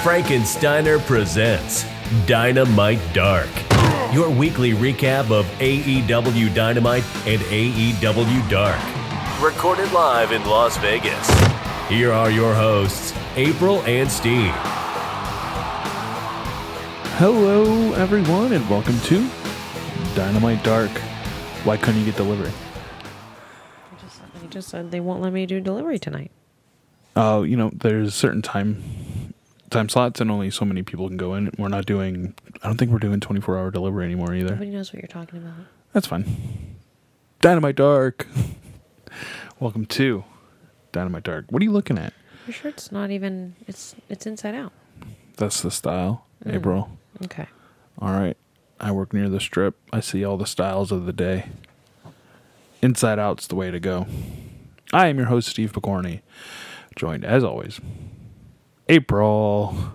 Frankensteiner presents Dynamite Dark, your weekly recap of AEW Dynamite and AEW Dark. Recorded live in Las Vegas. Here are your hosts, April and Steve. Hello, everyone, and welcome to Dynamite Dark. Why couldn't you get delivery? They just said they won't let me do delivery tonight. Uh, you know, there's certain time time slots, and only so many people can go in. We're not doing. I don't think we're doing 24 hour delivery anymore either. Nobody knows what you're talking about. That's fine. Dynamite Dark. welcome to Dynamite Dark. What are you looking at? Your shirt's not even it's it's inside out. That's the style, April. Okay. All right. I work near the strip. I see all the styles of the day. Inside out's the way to go. I am your host, Steve Picorni, joined as always. April.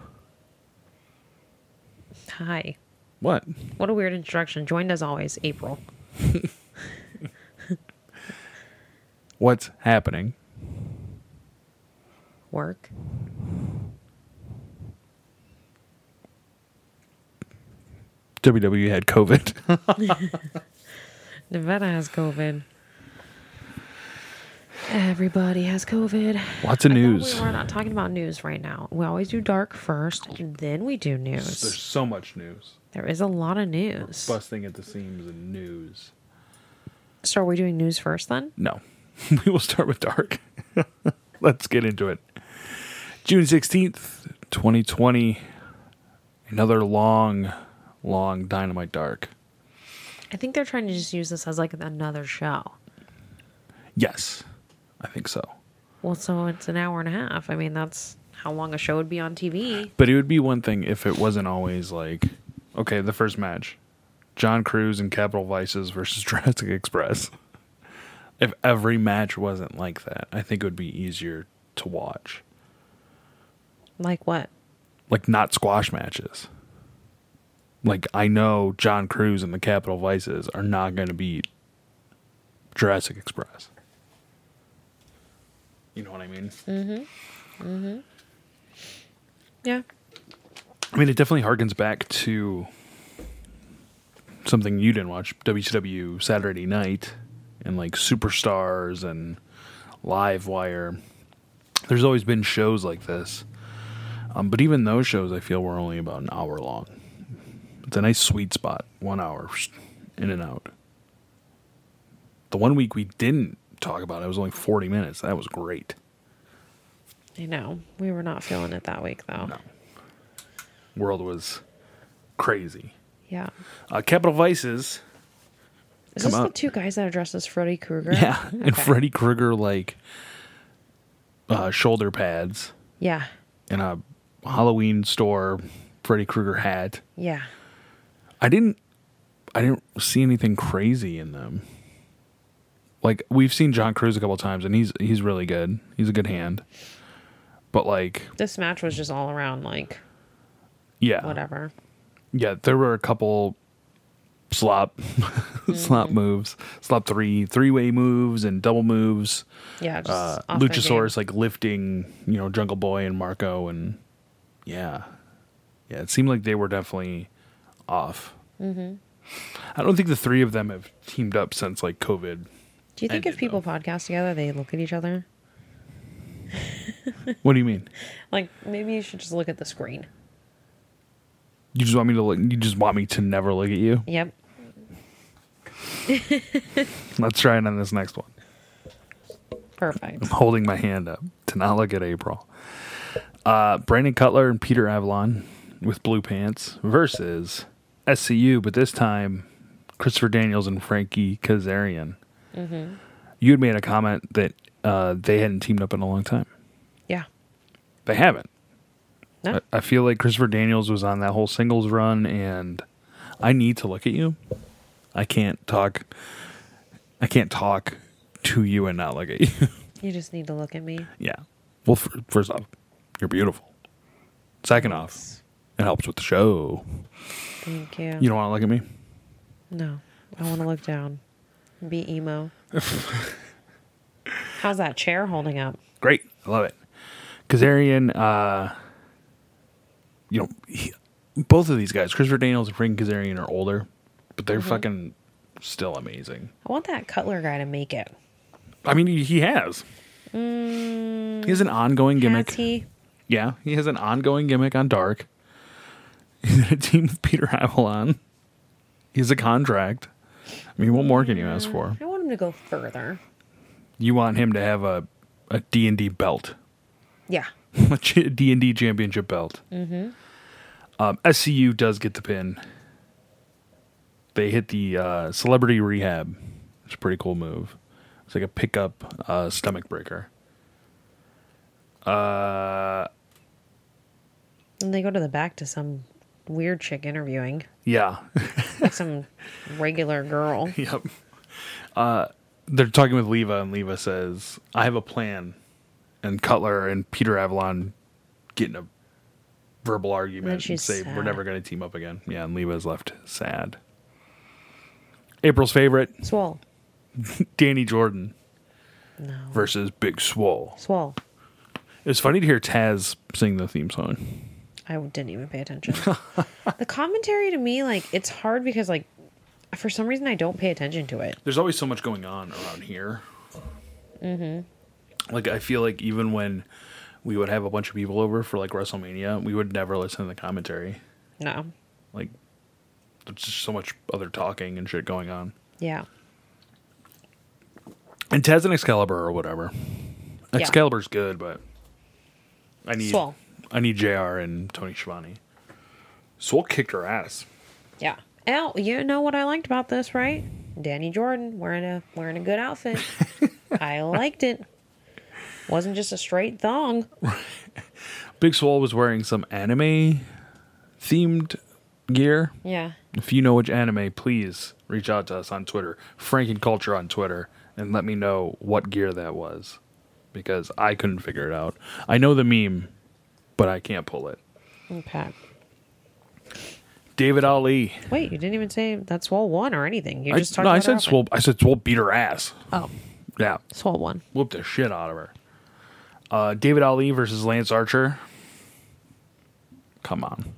Hi. What? What a weird introduction. Joined as always, April. What's happening? Work. WWE E had COVID. Nevada has COVID. Everybody has COVID. Lots of I news. thought we were not talking about news right now. We always do dark first, and then we do There's news. so much news. There is a lot of news. Busting at the seams and news. So are we doing news first then? No. we will start with dark. Let's get into it. June 16th, 2020. Another long, long Dynamite Dark. I think they're trying to just use this as like another show. Yes, I think so. Well, so it's an hour and a half. I mean, that's how long a show would be on TV. But it would be one thing if it wasn't always like, okay, the first match John Cruz and Capital Vices versus Jurassic Express. If every match wasn't like that, I think it would be easier to watch. Like what? like not squash matches. Like I know John Cruz and the Capital Vices are not going to beat Jurassic Express. You know what I mean? Yeah. I mean it definitely harkens back to something you didn't watch WCW Saturday Night and like Superstars and Live Wire. There's always been shows like this, um, but even those shows I feel were only about an hour long. It's a nice sweet spot, one hour in and out. The one week we didn't talk about it was only 40 minutes. That was great. I know. We were not feeling it that week, though. No. World was crazy. Yeah. Uh, Capital Vices. Is Come this the on. two guys that are dressed as Freddy Krueger? Yeah, and Okay. Freddy Krueger like uh, shoulder pads Yeah. and a Halloween store Freddy Krueger hat. Yeah. I didn't I didn't see anything crazy in them. Like we've seen John Cruz a couple times and he's he's really good. He's a good hand. But like This match was just all around like yeah. whatever. Yeah, there were a couple slop Mm-hmm. slop moves. Slop three three way moves and double moves. Yeah. Just uh, off their game. Luchasaurus like lifting, you know, Jungle Boy and Marco, and yeah, yeah. It seemed like they were definitely off. Mm-hmm. I don't think the three of them have teamed up since like COVID. Do you think I if did, people podcast together, they look at each other? What do you mean? Like maybe you should just look at the screen. You just want me to look? You just want me to never look at you? Yep. Let's try it on this next one. Perfect. I'm holding my hand up to not look at April. Uh, Brandon Cutler and Peter Avalon with blue pants versus SCU, but this time Christopher Daniels and Frankie Kazarian. You had made a comment that uh, they hadn't teamed up in a long time. Yeah. They haven't. No. I, I feel like Christopher Daniels was on that whole singles run, and I need to look at you. I can't talk. I can't talk to you and not look at you. You just need to look at me. Yeah. Well, fir- first off, you're beautiful. Second off, it helps with the show. Thank you. You don't want to look at me? No, I want to look down. and Be emo. How's that chair holding up? Great. I love it. Kazarian uh, you know, he, both of these guys, Christopher Daniels and Frank Kazarian, are older, but they're fucking still amazing. I want that Cutler guy to make it. I mean, he, he has. he has an ongoing gimmick. Has he? Yeah, he has an ongoing gimmick on Dark. He's in a team with Peter Avalon. He has a contract. I mean, what more can you ask for? I want him to go further. You want him to have a a D and D belt, Yeah. a D and D championship belt. Mm-hmm. Um, SCU does get the pin. They hit the uh, celebrity rehab. It's a pretty cool move. It's like a pickup uh, stomach breaker. And they go to the back to some weird chick interviewing, Yeah, like some regular girl. Yep. Uh, they're talking with Leva, and Leva says, "I have a plan." And Cutler and Peter Avalon get in a verbal argument and, she's say, "We're sad. never going to team up again." Yeah, and Leva's left sad. April's favorite, Swole. Danny Jordan No. versus Big Swole. Swole. It's funny to hear Taz sing the theme song. I didn't even pay attention. the commentary to me, like, it's hard because, like, for some reason I don't pay attention to it. There's always so much going on around here. Mm-hmm. Like I feel like even when we would have a bunch of people over for like WrestleMania, we would never listen to the commentary. No. Like there's just so much other talking and shit going on. Yeah. And Taz and Excalibur or whatever. Yeah. Excalibur's good, but I need Swole. I need JR and Tony Schiavone. Swole kicked her ass. Yeah. Oh, you know what I liked about this, right? Danny Jordan wearing a wearing a good outfit. I liked it. Wasn't just a straight thong. Big Swole was wearing some anime themed gear. Yeah. If you know which anime, please reach out to us on Twitter, Franken Culture on Twitter, and let me know what gear that was because I couldn't figure it out. I know the meme, but I can't pull it. Okay. David Ali. Wait, you didn't even say that Swole won or anything. You I, just talked no, about I her said outfit. Swole. I said Swole beat her ass. Oh, Yeah, Swole won. whooped the shit out of her. Uh, David Ali versus Lance Archer. Come on.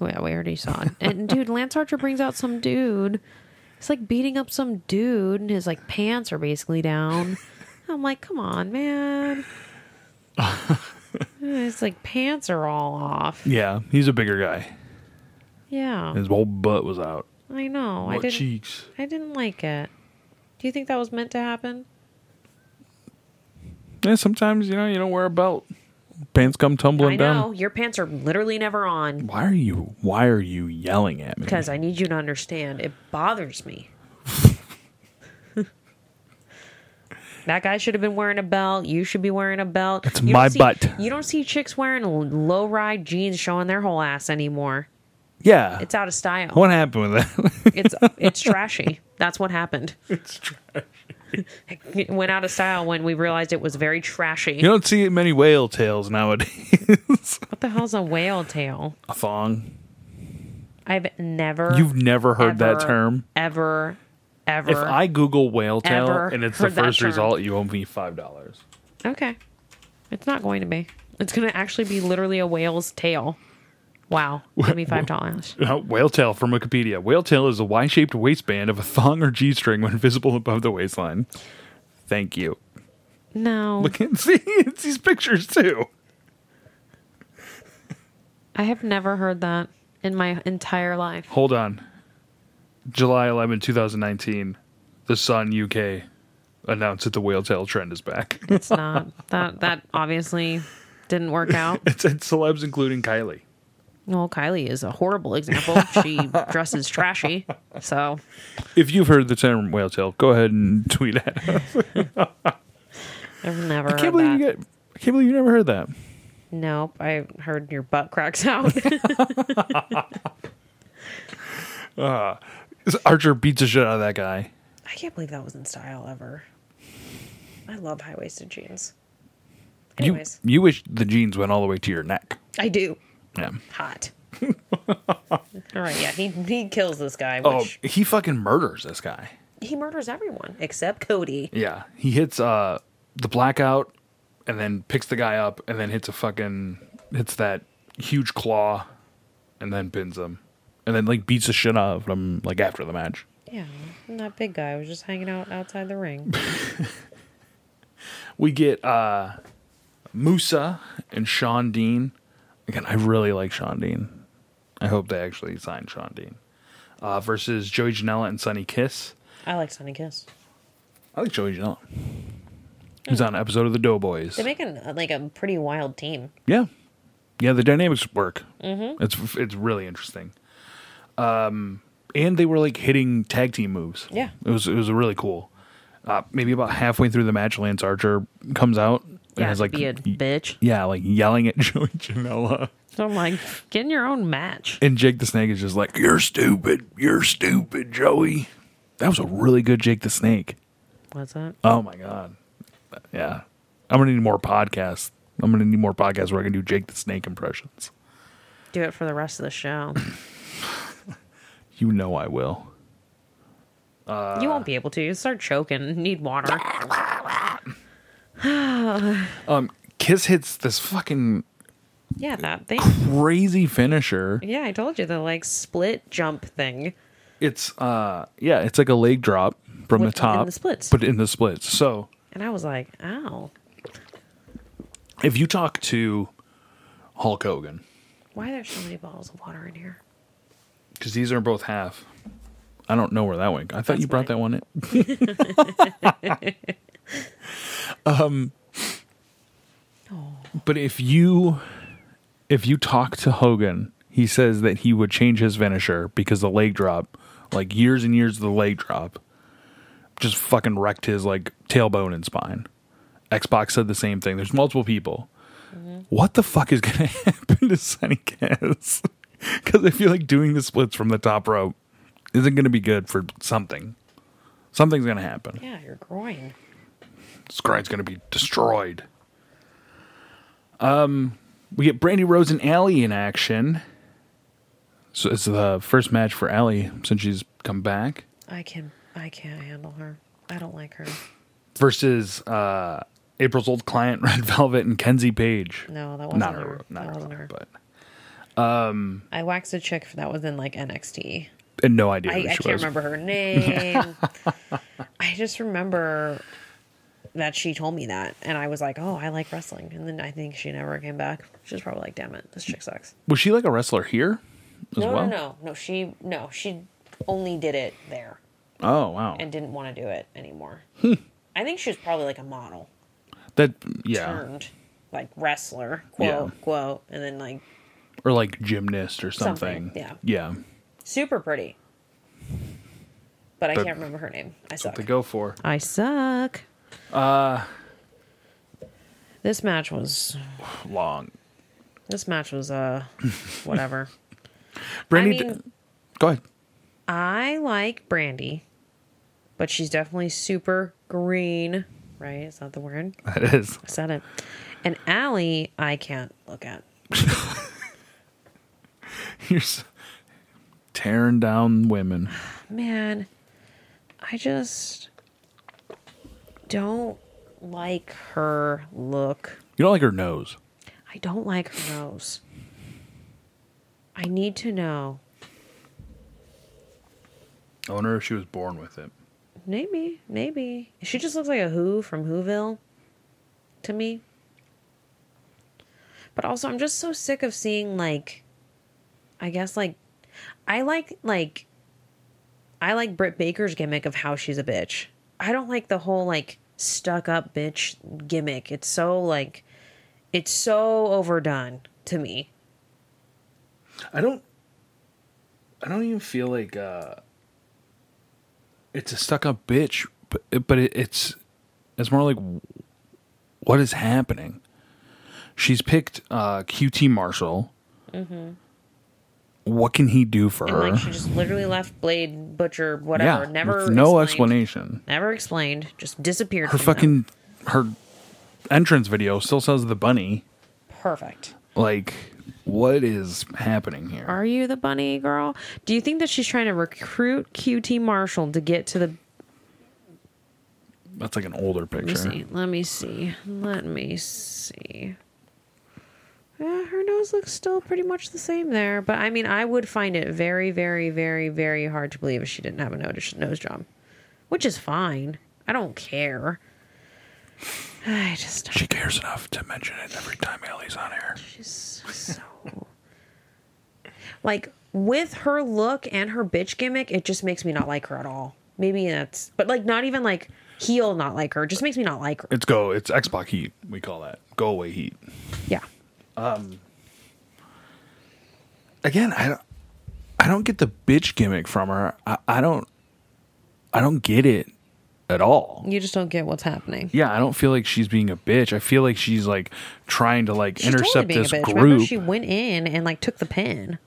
Oh, Yeah, we already saw it. And dude, Lance Archer brings out some dude. He's like beating up some dude, and his like pants are basically down. I'm like, come on, man. His like pants are all off. Yeah, he's a bigger guy. Yeah, His whole butt was out. I know. I Butt didn't. cheeks. I didn't like it. Do you think that was meant to happen? Yeah, sometimes you know you don't wear a belt. Pants come tumbling I down. know your pants are literally never on Why are you why are you yelling at me? because I need you to understand. It bothers me. that guy should have been wearing a belt. You should be wearing a belt. It's my butt. You don't see chicks wearing low ride jeans showing their whole ass anymore. Yeah. It's out of style. what happened with that? It's it's trashy. That's what happened. it's trash. It went out of style when we realized it was very trashy. You don't see many whale tails nowadays. What the hell's a whale tail? A thong. I've never You've never heard that ever, term? ever ever If I Google whale tail Ever and it's the heard that first term. result, you owe me five dollars. okay it's not going to be it's going to actually be literally a whale's tail wow give me five dollars Uh, whale tail from Wikipedia. Whale tail is a Y shaped waistband of a thong or G string when visible above the waistline. Thank you. no Look and see it's these pictures too. i have never heard that in my entire life Hold on. July 11, 2019, The Sun UK announced that the whale tail trend is back. it's not that that obviously didn't work out it said celebs including Kylie. well kylie is a horrible example she dresses trashy so If you've heard the term whale tail, go ahead and tweet at us. i've never I heard can't believe that you get I can't believe you never heard that. nope i heard your butt cracks out Archer beats the shit out of that guy. I can't believe that was in style ever. I love high waisted jeans. Anyways, You you wish the jeans went all the way to your neck. I do. Yeah. Hot. All right, yeah, he he kills this guy, Oh, which he fucking murders this guy. he murders everyone except Cody. Yeah. He hits uh the blackout and then picks the guy up and then hits a fucking hits that huge claw, and then pins him, and then like beats the shit out of him like after the match. Yeah, and that big guy was just hanging out outside the ring. We get uh Musa and Sean Dean. Again, I really like Sean Dean. I hope they actually sign Sean Dean. Uh, versus Joey Janela and Sonny Kiss. I like Sunny Kiss. I like Joey Janela. He's on an episode of the Doughboys. They make an, uh, like a pretty wild team. Yeah, yeah, the dynamics work. Mm-hmm. It's it's really interesting. Um, and they were like hitting tag team moves. Yeah. it was it was really cool. Uh, maybe about halfway through the match, Lance Archer comes out and Yeah, is like, be a bitch. yeah, like yelling at Joey Janela, So I'm like, get in your own match. and Jake the Snake is just like, "You're stupid, you're stupid, Joey." That was a really good Jake the Snake. What's that? Oh my god, yeah. I'm gonna need more podcasts. I'm gonna need more podcasts where I can do Jake the Snake impressions. Do it for the rest of the show. You know I will. you won't be able to. You start choking. Need water. Um, Kiss hits this fucking Yeah, that thing. crazy finisher. Yeah, I told you the like split jump thing. It's uh yeah, it's like a leg drop from With- the in top. the splits. But in the splits. So And I was like, ow. if you talk to Hulk Hogan, Why are there so many bottles of water in here? because these are both half. I don't know where that went. I thought you brought That's mine. that one in. um Um, But if you if you talk to Hogan, he says that he would change his finisher because the leg drop, like years and years of the leg drop, just fucking wrecked his like tailbone and spine. Xbox said the same thing. There's multiple people. What the fuck is gonna happen to Sonny Kiss? Because I feel like doing the splits from the top rope isn't gonna be good for something. Something's gonna happen. Yeah, your groin. Scry's going to be destroyed. Um, we get Brandy Rose and Allie in action. So it's the first match for Allie since she's come back I can I can't handle her. I don't like her. versus uh, April's old client Red Velvet and Kenzie Page. No, that wasn't not her. her, not that wasn't her, her. but I waxed a chick that was in like NXT. and no idea. I, who I she can't was. remember her name. I just remember that she told me that, and I was like, "Oh, I like wrestling." And then I think she never came back. She was probably like, "Damn it, this chick sucks." Was she like a wrestler here as No, well? no, no, no. She no, she only did it there Oh wow, and didn't want to do it anymore. Hmm. I think she was probably like a model that yeah, turned like wrestler, quote Yeah. quote, and then like or like gymnast or something. Something, yeah. yeah, super pretty. But I But- can't remember her name. I suck. to go for. I suck. Uh This match was Long. this match was uh whatever. Brandy, I mean, go ahead. I like Brandy, but she's definitely super green, right? Is that the word? I That is. said it. And Allie, I can't look at. You're s tearing down women. Man, I just don't like her look. You don't like her nose. I don't like her nose. I need to know. I wonder if she was born with it. Maybe, maybe. She just looks like a Who from Whoville to me. But also, I'm just so sick of seeing, like, I guess, like, I like, like, I like Britt Baker's gimmick of how she's a bitch. I don't like the whole, like, stuck up bitch gimmick. It's so, like, it's so overdone to me. I don't. I don't even feel like uh, it's a stuck up bitch, but but it, it's it's more like what is happening. She's picked uh, QT Marshall. What can he do for Mm-hmm. And, her? like, she just literally left Blade, Butcher, whatever. never. with no explained- explanation. Never explained. Just disappeared. her from them. fucking her entrance video still says the bunny. Perfect. Like, what is happening here? Are you the bunny girl? Do you think that she's trying to recruit QT Marshall to get to the? That's like an older Let me picture. see. Let me see. Let me see. Yeah, her nose looks still pretty much the same there, but I mean, I would find it very, very, very, very hard to believe if she didn't have a nose nose job, which is fine. I don't care. I just don't. She cares enough to mention it every time Ellie's on air. She's so like with her look and her bitch gimmick, it just makes me not like her at all. Maybe that's, but like not even like heel not like her. It just makes me not like her. It's go. It's Xbox heat. We call that go away heat. Yeah. Again, I don't. I don't get the bitch gimmick from her. I, I don't. I don't get it at all. You just don't get what's happening. Yeah, I don't feel like she's being a bitch. I feel like she's like trying to like She's intercept totally being this a bitch. Remember, group. she went in and like took the pin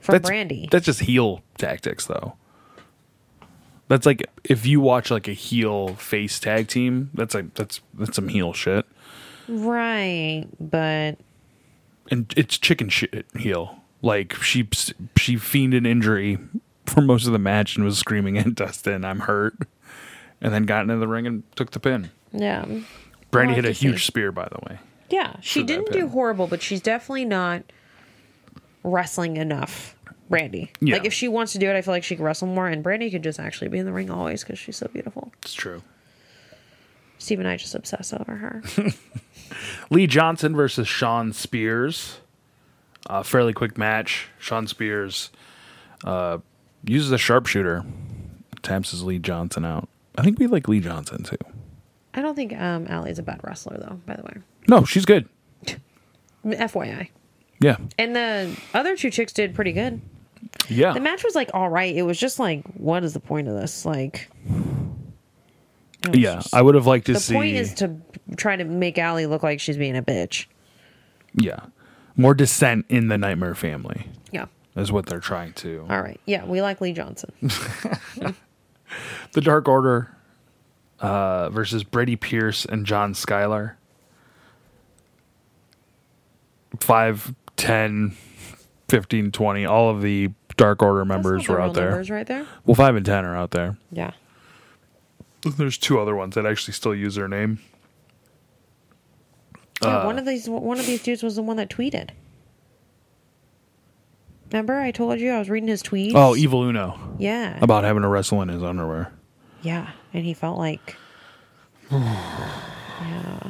from that's, Brandy. That's just heel tactics, though. That's like if you watch like a heel face tag team. That's like that's that's some heel shit, right, but and it's chicken shit heel. Like she she feigned an injury for most of the match and was screaming at Dustin, "I'm hurt," and then got into the ring and took the pin. yeah, Brandy Well, hit a I see. huge spear, by the way. yeah. She that didn't pin. do horrible, but she's definitely not wrestling enough. Brandy, Yeah. like if she wants to do it, I feel like she could wrestle more, and Brandy could just actually be in the ring always because she's so beautiful. It's true. Steve and I just obsess over her. Lee Johnson versus Sean Spears. Uh, fairly quick match. Sean Spears uh, uses a sharpshooter, attempts his Lee Johnson out. I think we like Lee Johnson too. I don't think um, Allie's a bad wrestler though. By the way, No, she's good. FYI, Yeah, and the other two chicks did pretty good. yeah. The match was like all right. It was just like, what is the point of this? Like, it was yeah, just- I would have liked to the see. point is to try to make Allie look like she's being a bitch. yeah, more dissent in the Nightmare Family Yeah. is what they're trying to. All right. Yeah, we like Lee Johnson. The Dark Order uh, versus Brady Pierce and John Schuyler. Five, 10, 15, 20. All of the Dark Order members That's not were the out real there. Numbers right there. Well, 5 and 10 are out there. Yeah. There's two other ones that actually still use their name. Yeah, one of these one of these dudes was the one that tweeted. Remember, I told you I was reading his tweets. Oh, Evil Uno. yeah, About having to wrestle in his underwear. yeah, and he felt like, yeah,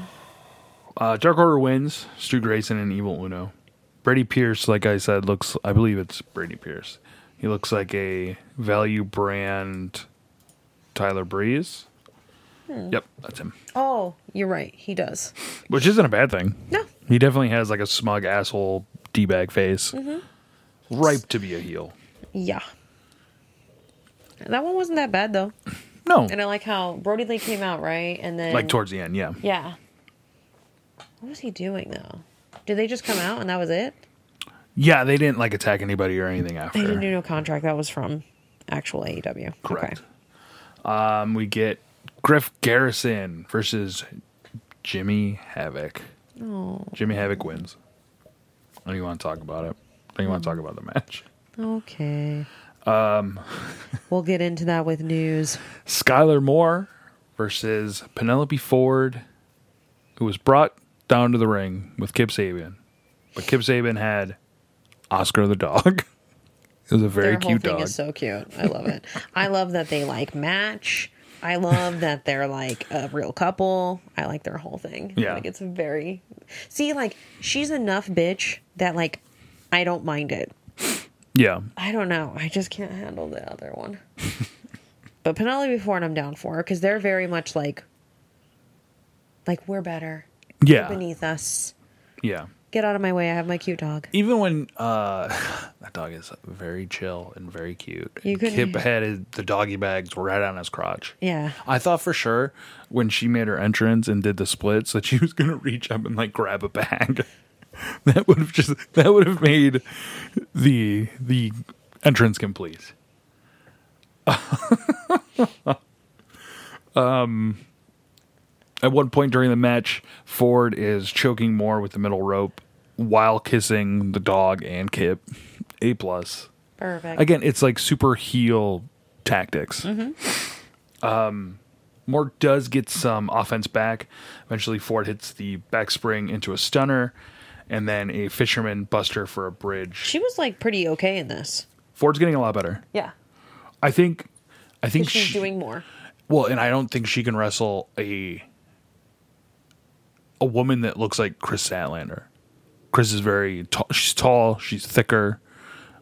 Uh, Dark Order wins. Stu Grayson and Evil Uno. Brady Pierce, like I said, looks. I believe it's Brady Pierce. He looks like a value brand Tyler Breeze. Hmm. Yep, that's him. oh, you're right, he does. Which isn't a bad thing. No, He definitely has like a smug asshole d bag face, Mm-hmm. ripe to be a heel. yeah, that one wasn't that bad though, No, and I like how Brody Lee came out right, and then like towards the end, yeah. Yeah. What was he doing though? Did they just come out and that was it? Yeah, they didn't like attack anybody or anything They didn't after. do no contract. That was from actual E AEW. Correct. Um, we get Griff Garrison versus Jimmy Havoc. Okay. Oh, Jimmy Havoc wins. I don't even want to talk about it. I don't even want to talk about the match. okay. Um, we'll get into that with news. Skylar Moore versus Penelope Ford, who was brought down to the ring with Kip Sabian. But Kip Sabian had Oscar the dog. It was a very Their whole cute thing dog. is so cute. I love it. I love that they like match. I love that they're like a real couple. I like their whole thing. Yeah. Like it's very See, like she's enough bitch that like I don't mind it. yeah. I don't know. I just can't handle the other one. but Penelope Ford, I'm down for because they're very much like, like we're better Yeah. beneath us. Yeah. Get out of my way. I have my cute dog. Even when uh that dog is very chill and very cute. You And couldn't- Kip had his- the doggy bags right on his crotch. Yeah. I thought for sure when she made her entrance and did the splits that she was gonna reach up and like grab a bag. that would have just that would have made the the entrance complete. um at one point during the match, Ford is choking Moore with the middle rope while kissing the dog and Kip. A plus Perfect. again it's like super heel tactics um moore does get some offense back eventually ford hits the back spring into a stunner and then a fisherman busts her for a bridge. She was like pretty okay in this. Ford's getting a lot better. Yeah. I think. I think She's she- doing more. Well, and I don't think she can wrestle a a woman that looks like Chris Statlander. Chris is very tall. She's tall. She's thicker.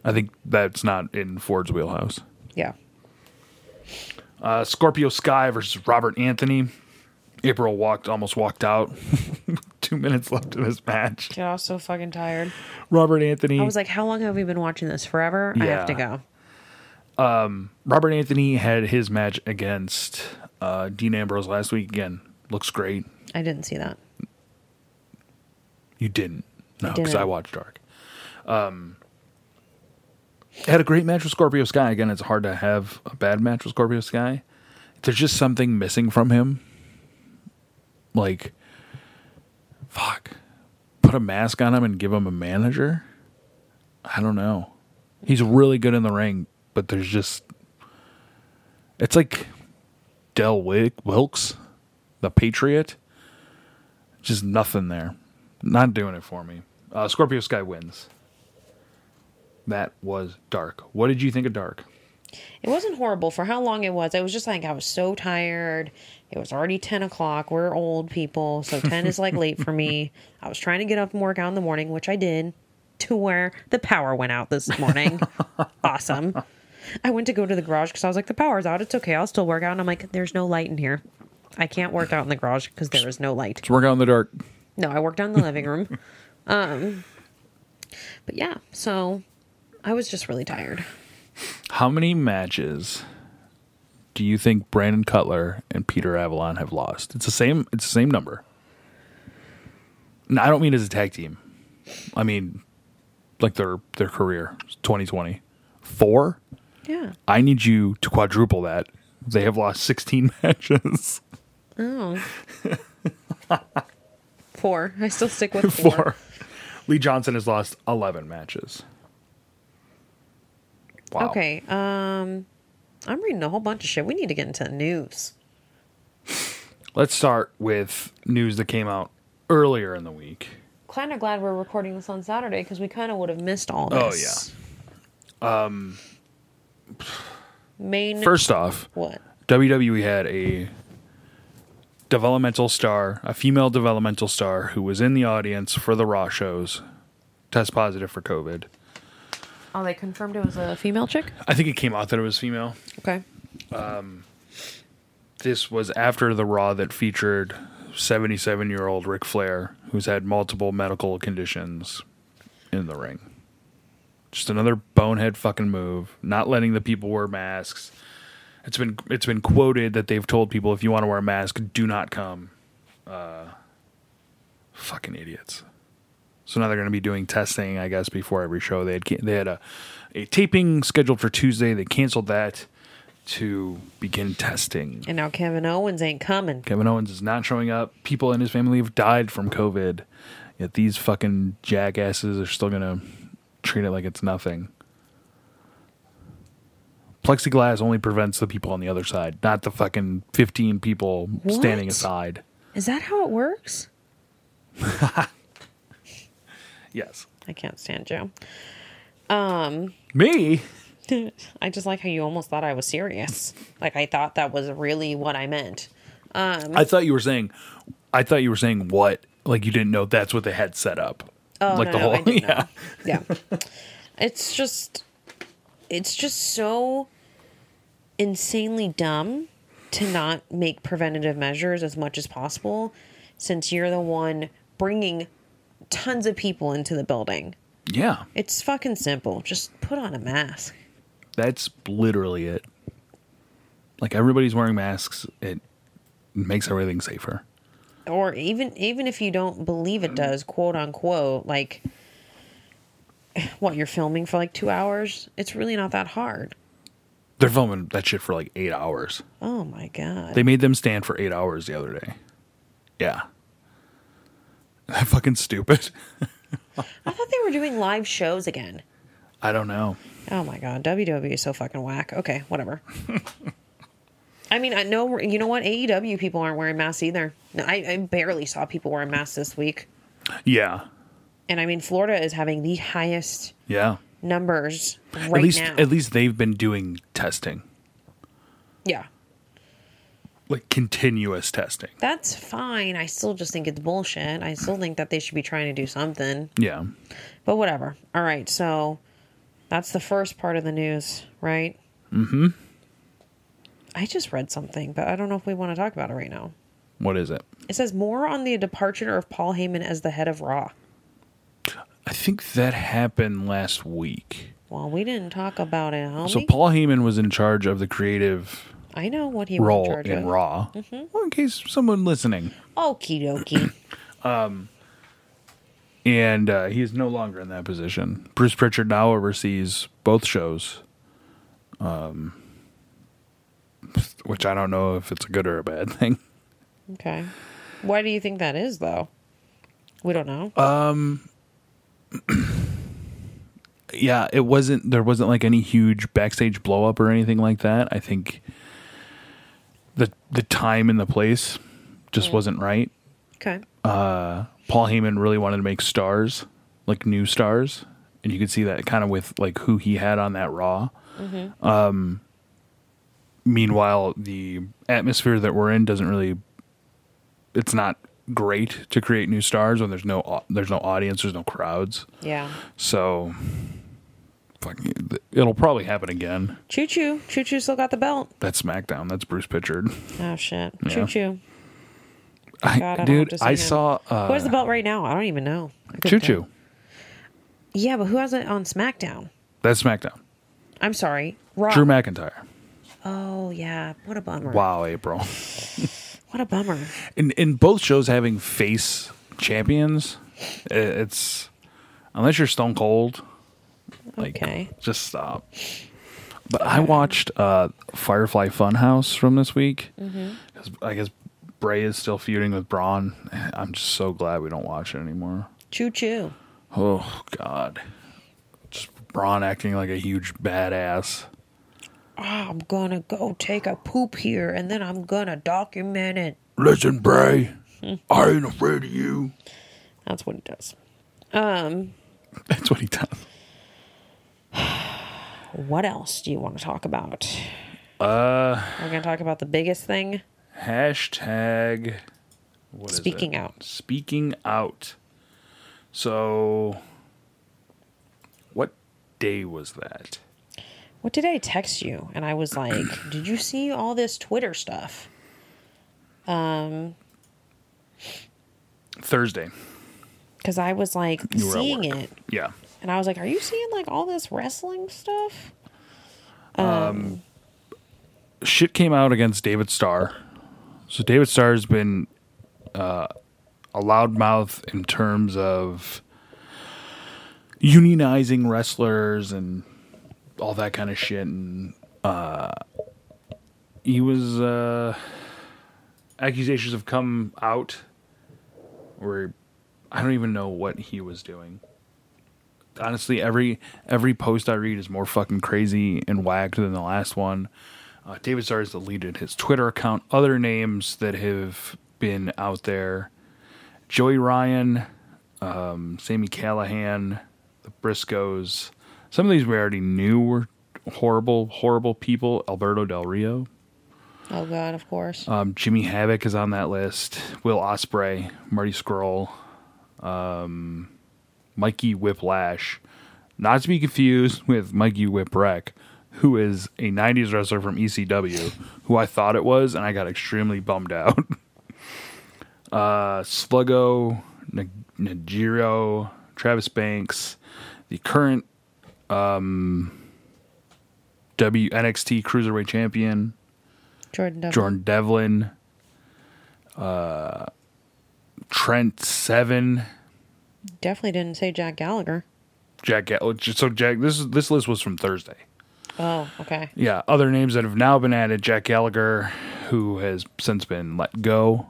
I think that's not in Ford's wheelhouse. Yeah. Uh, Scorpio Sky versus Robert Anthony. April walked, almost walked out. Two minutes left in this match. Dude, I was so fucking tired. Robert Anthony. I was like, how long have we been watching this? Forever? I have to Yeah. go. Robert Anthony had his match against uh, Dean Ambrose last week. Again, looks great. I didn't see that. You didn't. No, because didn't. I watched Dark. Um, had a great match with Scorpio Sky. Again, it's hard to have a bad match with Scorpio Sky. There's just something missing from him. Like, fuck. Put a mask on him and give him a manager? I don't know. He's really good in the ring, but there's just. It's like Del Wil- Wilkes, the Patriot just nothing there. Not doing it for me. Uh, Scorpio Sky wins. That was dark. What did you think of dark? It wasn't horrible for how long it was. I was just like, I was so tired. It was already 10 o'clock. We're old people. So 10 is like late for me. I was trying to get up and work out in the morning, which I did, to where the power went out this morning. awesome. I went to go to the garage because I was like, the power's out. It's okay. I'll still work out. And I'm like, there's no light in here. I can't work out in the garage because there is no light. We're going in the dark. No, I worked on the living room. Um, but yeah, so I was just really tired. How many matches do you think Brandon Cutler and Peter Avalon have lost? It's the same. It's the same number. And I don't mean as a tag team. I mean, like their their career. Twenty twenty four. Yeah. I need you to quadruple that. They have lost sixteen matches. Oh. four. I still stick with four. four. Lee Johnson has lost eleven matches. Wow. Okay. Um, I'm reading a whole bunch of shit. We need to get into news. Let's start with news that came out earlier in the week. Kind of glad we're recording this on Saturday because we kind of would have missed all this. Um, Oh yeah. Um. Main First off, what? WWE had a developmental star, a female developmental star who was in the audience for the Raw shows, test positive for COVID. Oh, they confirmed it was a female chick. I think it came out that it was female. Okay. this was after the Raw that featured 77 year old Ric Flair, who's had multiple medical conditions in the ring. Just another bonehead fucking move, not letting the people wear masks. It's been it's been quoted that they've told people if you want to wear a mask, do not come. Uh, fucking idiots. So now they're going to be doing testing, I guess, before every show. They had ca- they had a a taping scheduled for Tuesday. They canceled that to begin testing. And now Kevin Owens ain't coming. Kevin Owens is not showing up. People in his family have died from COVID. Yet these fucking jackasses are still gonna treat it like it's nothing. Plexiglass only prevents the people on the other side, not the fucking fifteen people standing What? aside. Is that how it works? Yes. I can't stand you. Me? I just like how you almost thought I was serious. Like I thought that was really what I meant. I thought you were saying I thought you were saying what? Like you didn't know that's what they had set up. Oh like no, the no, whole I didn't yeah. know. Yeah. it's just it's just so insanely dumb to not make preventative measures as much as possible since you're the one bringing tons of people into the building. Yeah. It's fucking simple. Just put on a mask. That's literally it. Like everybody's wearing masks. It makes everything safer. or even even if you don't believe it does, quote unquote, like what you're filming for like two hours, it's really not that hard. They're filming that shit for like eight hours. Oh my god. They made them stand for eight hours the other day. Yeah. That fucking stupid. I thought they were doing live shows again. I don't know. Oh my god, WWE is so fucking whack. Okay, whatever. I mean, I know you know what E AEW people aren't wearing masks either. No, I, I barely saw people wearing masks this week. Yeah. And I mean, Florida is having the highest Yeah. numbers right at least now. at least they've been doing testing. yeah, Like continuous testing. that's fine. I still just think it's bullshit. I still think that they should be trying to do something, Yeah. but whatever. All right, so that's the first part of the news, right? Mm hmm. Mm-hmm. I just read something, but I don't know if we want to talk about it right now. What is it? It says more on the departure of Paul Heyman as the head of Raw. I think that happened last week. Well, we didn't talk about it, homie. So Paul Heyman was in charge of the creative I know what he was in role charge in of. Mm-hmm. Raw. Well, in case someone listening, Okie dokie. and uh, he is no longer in that position. Bruce Pritchard now oversees both shows, um, which I don't know if it's a good or a bad thing. okay. Why do you think that is, though? We don't know. Uh, yeah, it wasn't there wasn't like any huge backstage blow up or anything like that. I think the the time and the place just wasn't right. okay. Paul Heyman really wanted to make stars, like new stars, and you could see that kind of with like who he had on that Raw. Mm-hmm. Um, meanwhile, the atmosphere that we're in doesn't really. It's not great to create new stars when there's no au- there's no audience, there's no crowds. Yeah. So, fucking, it'll probably happen again. Choo choo. Choo choo still got the belt. That's SmackDown. That's Bruce Pitchard. Oh, shit. Yeah. Choo choo. I, God, I don't dude, have to I see him. saw Who uh, has the belt right now? I don't even know. I Choo couldn't tell. Choo. Yeah, but who has it on SmackDown? That's SmackDown. I'm sorry. Raw. Drew McIntyre. oh, yeah. What a bummer. Wow, April. What a bummer. in in both shows having face champions, i- it's unless you're Stone Cold, like Okay. just stop. But I watched uh, Firefly Funhouse from this week because I guess Bray is still feuding with Braun. I'm just so glad we don't watch it anymore. Choo choo. Oh God, just Braun acting like a huge badass. Oh, I'm gonna go take a poop here and then I'm gonna document it. Listen, Bray, I ain't afraid of you. That's what it does. That's what he does. What else do you want to talk about? Uh, we're gonna talk about the biggest thing. Hashtag what is it? Speaking out. Speaking out. So, what day was that? What did I text you? And I was like, "Did you see all this Twitter stuff?" Thursday. Because I was like You were at seeing work. it, Yeah. and I was like, "Are you seeing like all this wrestling stuff?" Shit came out against David Starr. So, David Starr's been uh, a loudmouth in terms of unionizing wrestlers and all that kind of shit. And uh, he was. Uh, accusations have come out where I don't even know what he was doing. Honestly, every every post I read is more fucking crazy and whacked than the last one. Uh, David Starr has deleted his Twitter account. Other names that have been out there: Joey Ryan, um, Sammy Callahan, the Briscoes. Some of these we already knew were horrible, horrible people. Alberto Del Rio, Oh God, of course. um, Jimmy Havoc is on that list. Will Osprey, Marty Skrull, um, Mikey Whiplash. Not to be confused with Mikey Whipwreck, who is a '90s wrestler from ECW, who I thought it was, and I got extremely bummed out. Uh, Sluggo, N- Najiro, Travis Banks, the current um, W NXT Cruiserweight Champion. Jordan. Devlin. Jordan Devlin, uh, Trent Seven, definitely didn't say Jack Gallagher. Jack. Gal- So Jack, this is this list was from Thursday. Oh, okay. Yeah, other names that have now been added: Jack Gallagher, who has since been let go,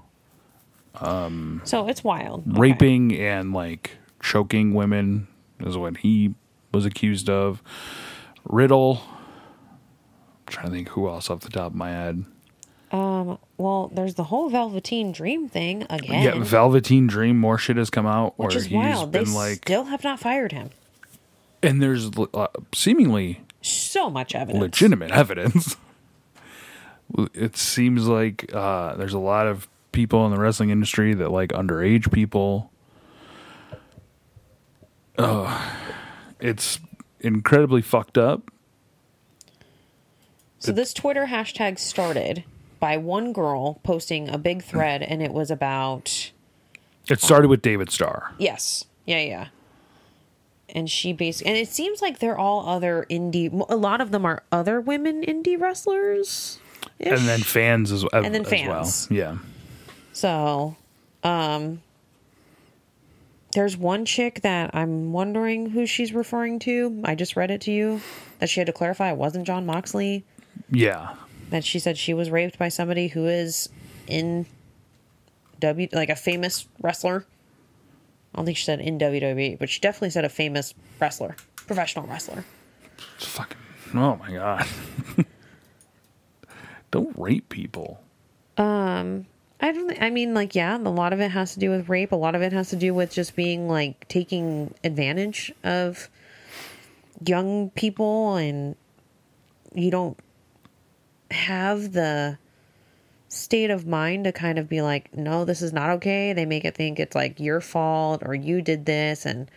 So it's wild. Okay. raping and like choking women is what he was accused of. Riddle. I'm trying to think who else off the top of my head. Um, well, there's the whole Velveteen Dream thing again, Yeah, Velveteen Dream, more shit has come out which where is he's wild. They been like, still have not fired him. and there's le- uh, seemingly So much evidence. legitimate evidence. it seems like uh, there's a lot of people in the wrestling industry that like underage people. Uh, it's incredibly fucked up. So this Twitter hashtag started by one girl posting a big thread, and it was about It started with David Starr. yes, yeah, yeah. And she basically, and it seems like they're all other indie. A lot of them are other women indie wrestlers. and then fans as, as, And then as fans. well. Yeah. So, um, there's one chick that I'm wondering who she's referring to. I just read it to you that she had to clarify it wasn't John Moxley. Yeah. That she said she was raped by somebody who is in W, like a famous wrestler. I don't think she said in WWE, but she definitely said a famous wrestler, professional wrestler. It's fucking Oh my god. Don't rape people. I don't. thi- I mean, like, yeah, a lot of it has to do with rape. A lot of it has to do with just being like taking advantage of young people, and you don't have the state of mind to kind of be like, no, this is not okay. They make it think it's like your fault or you did this, and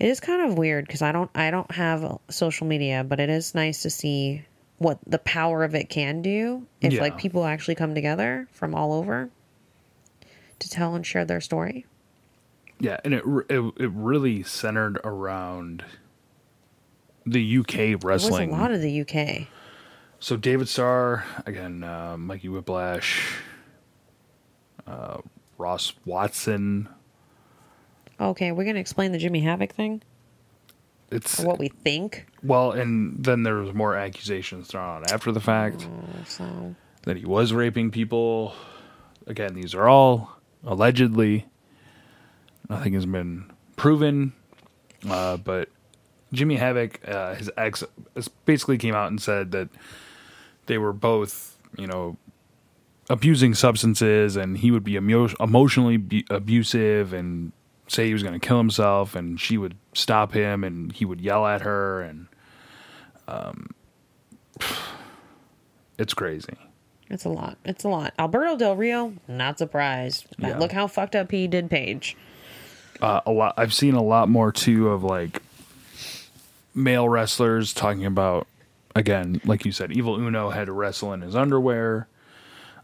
it is kind of weird because I don't. I don't have social media, but it is nice to see what the power of it can do if Yeah. like people actually come together from all over to tell and share their story. Yeah, and it re- it, it really centered around the UK It was a wrestling. lot of the UK. so David Starr, again, uh, Mikey Whiplash, uh, Ross Watson. Okay, we're gonna explain the Jimmy Havoc thing, It's or what we think. well, and then there was more accusations thrown out after the fact So that he was raping people. Again, these are all allegedly. Nothing has been proven, uh, but Jimmy Havoc, uh, his ex, is- basically came out and said that they were both, you know, abusing substances, and he would be emo- emotionally bu- abusive and say he was going to kill himself, and she would stop him, and he would yell at her, and um, it's crazy. it's a lot. It's a lot. Alberto Del Rio, not surprised. But Yeah. Look how fucked up he did Paige. uh, a lot I've seen a lot more too of like male wrestlers talking about again, like you said, Evil Uno had to wrestle in his underwear.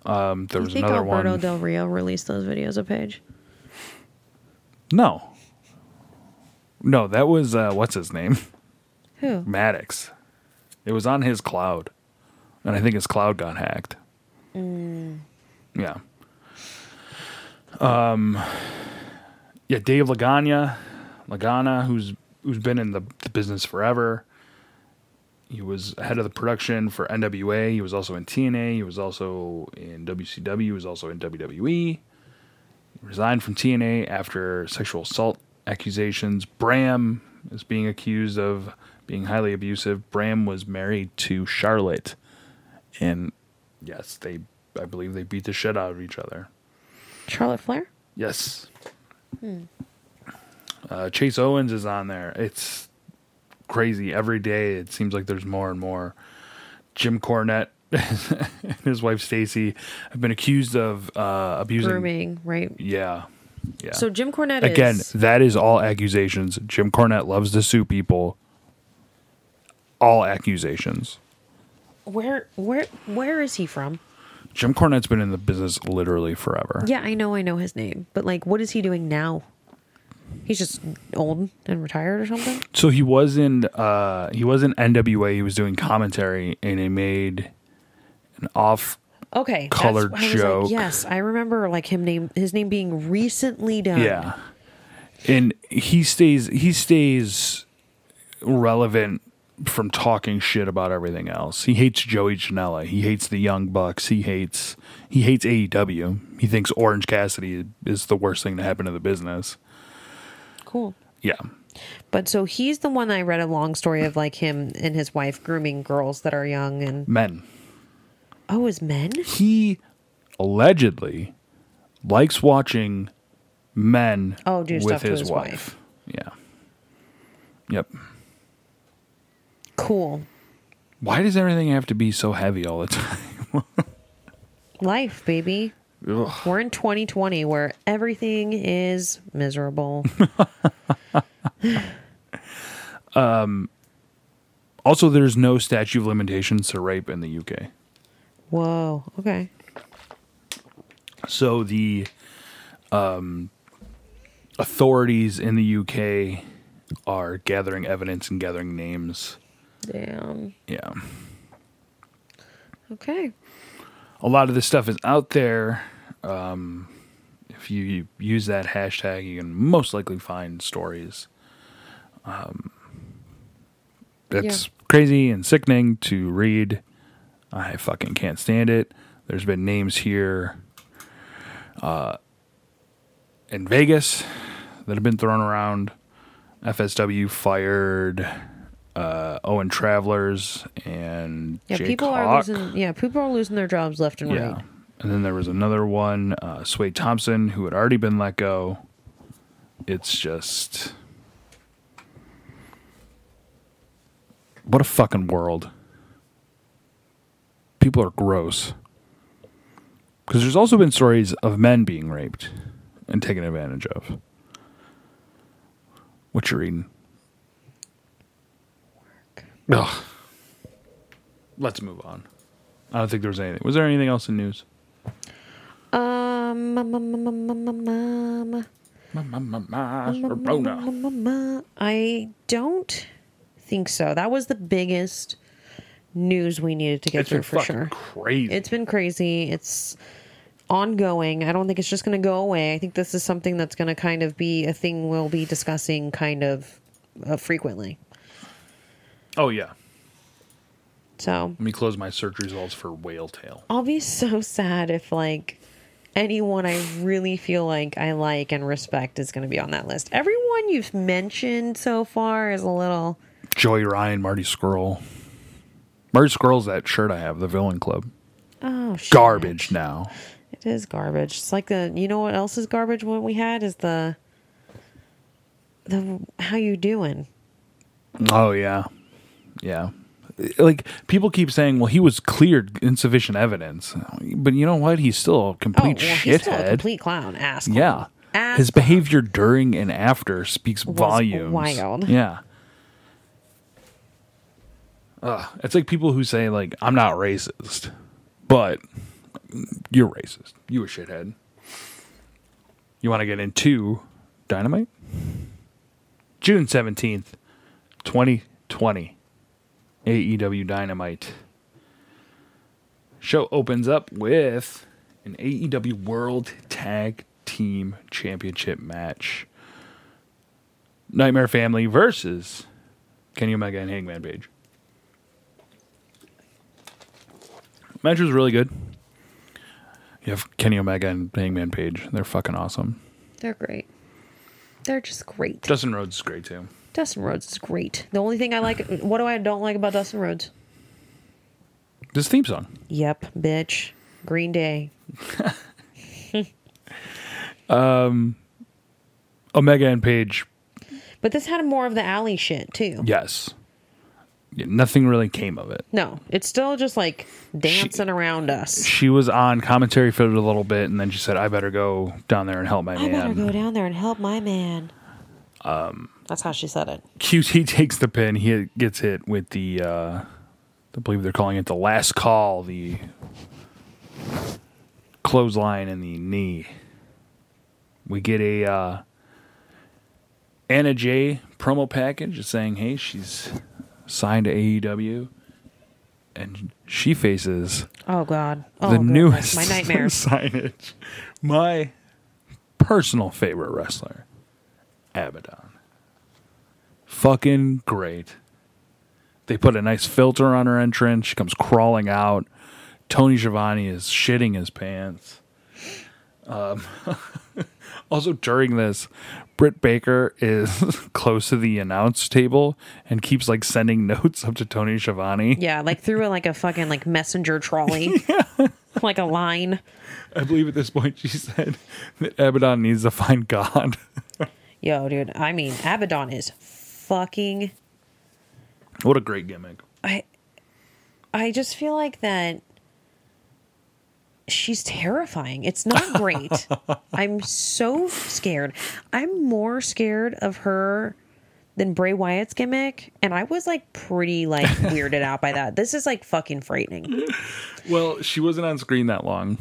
Um, there You was think another Alberto one. Del Rio released those videos of Paige? no, no, that was uh, what's his name, Who? Maddox. It was on his cloud, and I think his cloud got hacked. Yeah. Um. Yeah, Dave Lagana, Lagana, who's who's been in the, the business forever. He was head of the production for NWA. He was also in TNA. He was also in WCW. He was also in E. WWE. He resigned from TNA after sexual assault accusations. Bram is being accused of being highly abusive. Bram was married to Charlotte, and yes, they I believe they beat the shit out of each other. Charlotte Flair? Yes. Uh, Chase Owens is on there. It's crazy. Every day it seems like there's more and more. Jim Cornette and his wife Stacy have been accused of uh, abusing. Grooming, right? Yeah. Yeah. So Jim Cornette Again, is that is all accusations. Jim Cornette loves to sue people. All accusations. where where where is he from? Jim Cornette's been in the business literally forever. Yeah, I know I know his name, but like what is he doing now? He's just old and retired or something? So he was in uh he was in NWA, he was doing commentary and they made an off Okay. that's- Colored I was like, joke. yes, I remember like him name his name being recently done. yeah. And he stays he stays relevant from talking shit about everything else. He hates Joey Janela. He hates the Young Bucks. He hates he hates AEW. He thinks Orange Cassidy is the worst thing to happen to the business. Cool. Yeah. But so he's the one I read a long story of like him and his wife grooming girls that are young and Men. Oh, as men? He allegedly likes watching men Oh, do stuff to his wife. Yeah. Yep. Cool. Why does everything have to be so heavy all the time? Life, baby. We're in 2020 where everything is miserable. Also, there's no statute of limitations to rape in the UK. Whoa. Okay. So the um, authorities in the UK are gathering evidence and gathering names. Damn. Yeah. Okay. A lot of this stuff is out there. Um, if you use that hashtag, you can most likely find stories. Um, it's crazy and sickening to read. I fucking can't stand it. There's been names here uh, in Vegas that have been thrown around. FSW fired uh, Owen Travelers and Yeah, Jake people are Hawk. losing. Yeah, people are losing their jobs left and Yeah. right. And then there was another one, uh, Sway Thompson, who had already been let go. It's just. What a fucking world. People are gross. Because there's also been stories of men being raped and taken advantage of. What you reading? Ugh. Let's move on. I don't think there was anything. Was there anything else in news? Um, mum, mum, mum, mum, mum, mum. Corona. Mama, I don't think so. That was the biggest news we needed to get It's through been for fucking sure. crazy. It's been crazy. It's ongoing. I don't think it's just going to go away. I think this is something that's going to kind of be a thing we'll be discussing kind of uh, frequently. oh yeah. So Let me close my search results for whale tail. I'll be so sad if like anyone I really feel like I like and respect is going to be on that list. Everyone you've mentioned so far is a little. Joey Ryan, Marty Squirrel. Marty Squirrel's that shirt I have, the Villain Club. Oh, shit. Garbage now. It is garbage. It's like the you know what else is garbage? What we had is the the how you doing? Oh yeah, yeah. Like people keep saying, well, he was cleared, insufficient evidence. But you know what? He's still a Oh, well, complete he's still a shithead. complete clown ass. clown. Yeah. Ass His behavior during and after speaks volumes. wild. Yeah. Ugh, it's like people who say like I'm not racist, but you're racist. You a shithead. You want to get into dynamite? June seventeenth, twenty twenty, AEW Dynamite. Show opens up with an AEW World Tag Team Championship match. Nightmare Family versus Kenny Omega and Hangman Page. Match was really good. You have Kenny Omega and Hangman Page. They're fucking awesome. They're great. They're just great. Dustin Rhodes is great too. Dustin Rhodes is great. The only thing I like, what do I don't like about Dustin Rhodes? This theme song. Yep, bitch. Green Day. Omega and Page, But this had more of the alley shit too. yes. Yeah, nothing really came of it. No, it's still just like dancing around us. She was on commentary for a little bit and then she said, I better go down there and help my I better man. go down there and help my man. Um, that's how she said it. QT takes the pin. He gets hit with the, uh, I believe they're calling it the last call, the clothesline and the knee. We get a uh, Anna J promo package saying, hey, she's signed to AEW. And she faces Oh God! Oh, the goodness. newest My nightmares. signage. My personal favorite wrestler, Abaddon. Fucking great. They put a nice filter on her entrance. She comes crawling out. Tony Giovanni is shitting his pants. Um, Also, during this, Britt Baker is close to the announce table and keeps like sending notes up to Tony Schiavone. Yeah, like through a, like a fucking like messenger trolley, like a line. I believe at this point she said that Abaddon needs to find God. Yo, dude. I mean, Abaddon is fucking. what a great gimmick. I, I just feel like that. She's terrifying. It's not great. I'm so scared. I'm more scared of her than Bray Wyatt's gimmick, and I was like pretty like weirded out by that. This is like fucking frightening. Well, she wasn't on screen that long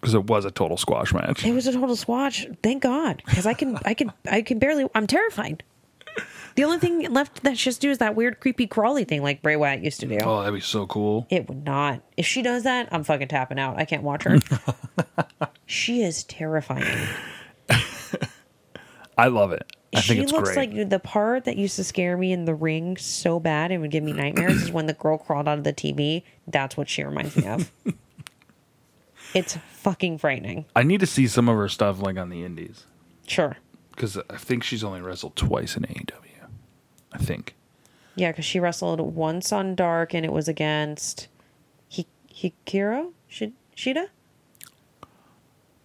because it was a total squash match. It was a total swatch. Thank God, because I can, I can, I can barely. I'm terrified. The only thing left that she has to do is that weird, creepy, crawly thing like Bray Wyatt used to do. Oh, that'd be so cool. It would not. If she does that, I'm fucking tapping out. I can't watch her. she is terrifying. I love it. I she think it's looks great. like the part that used to scare me in the ring so bad and would give me nightmares is when the girl crawled out of the TV. That's what she reminds me of. it's fucking frightening. I need to see some of her stuff like on the indies Sure. because I think she's only wrestled twice in AEW. I think. Yeah, because she wrestled once on Dark and it was against Hi- Hikiro? Shid- Shida?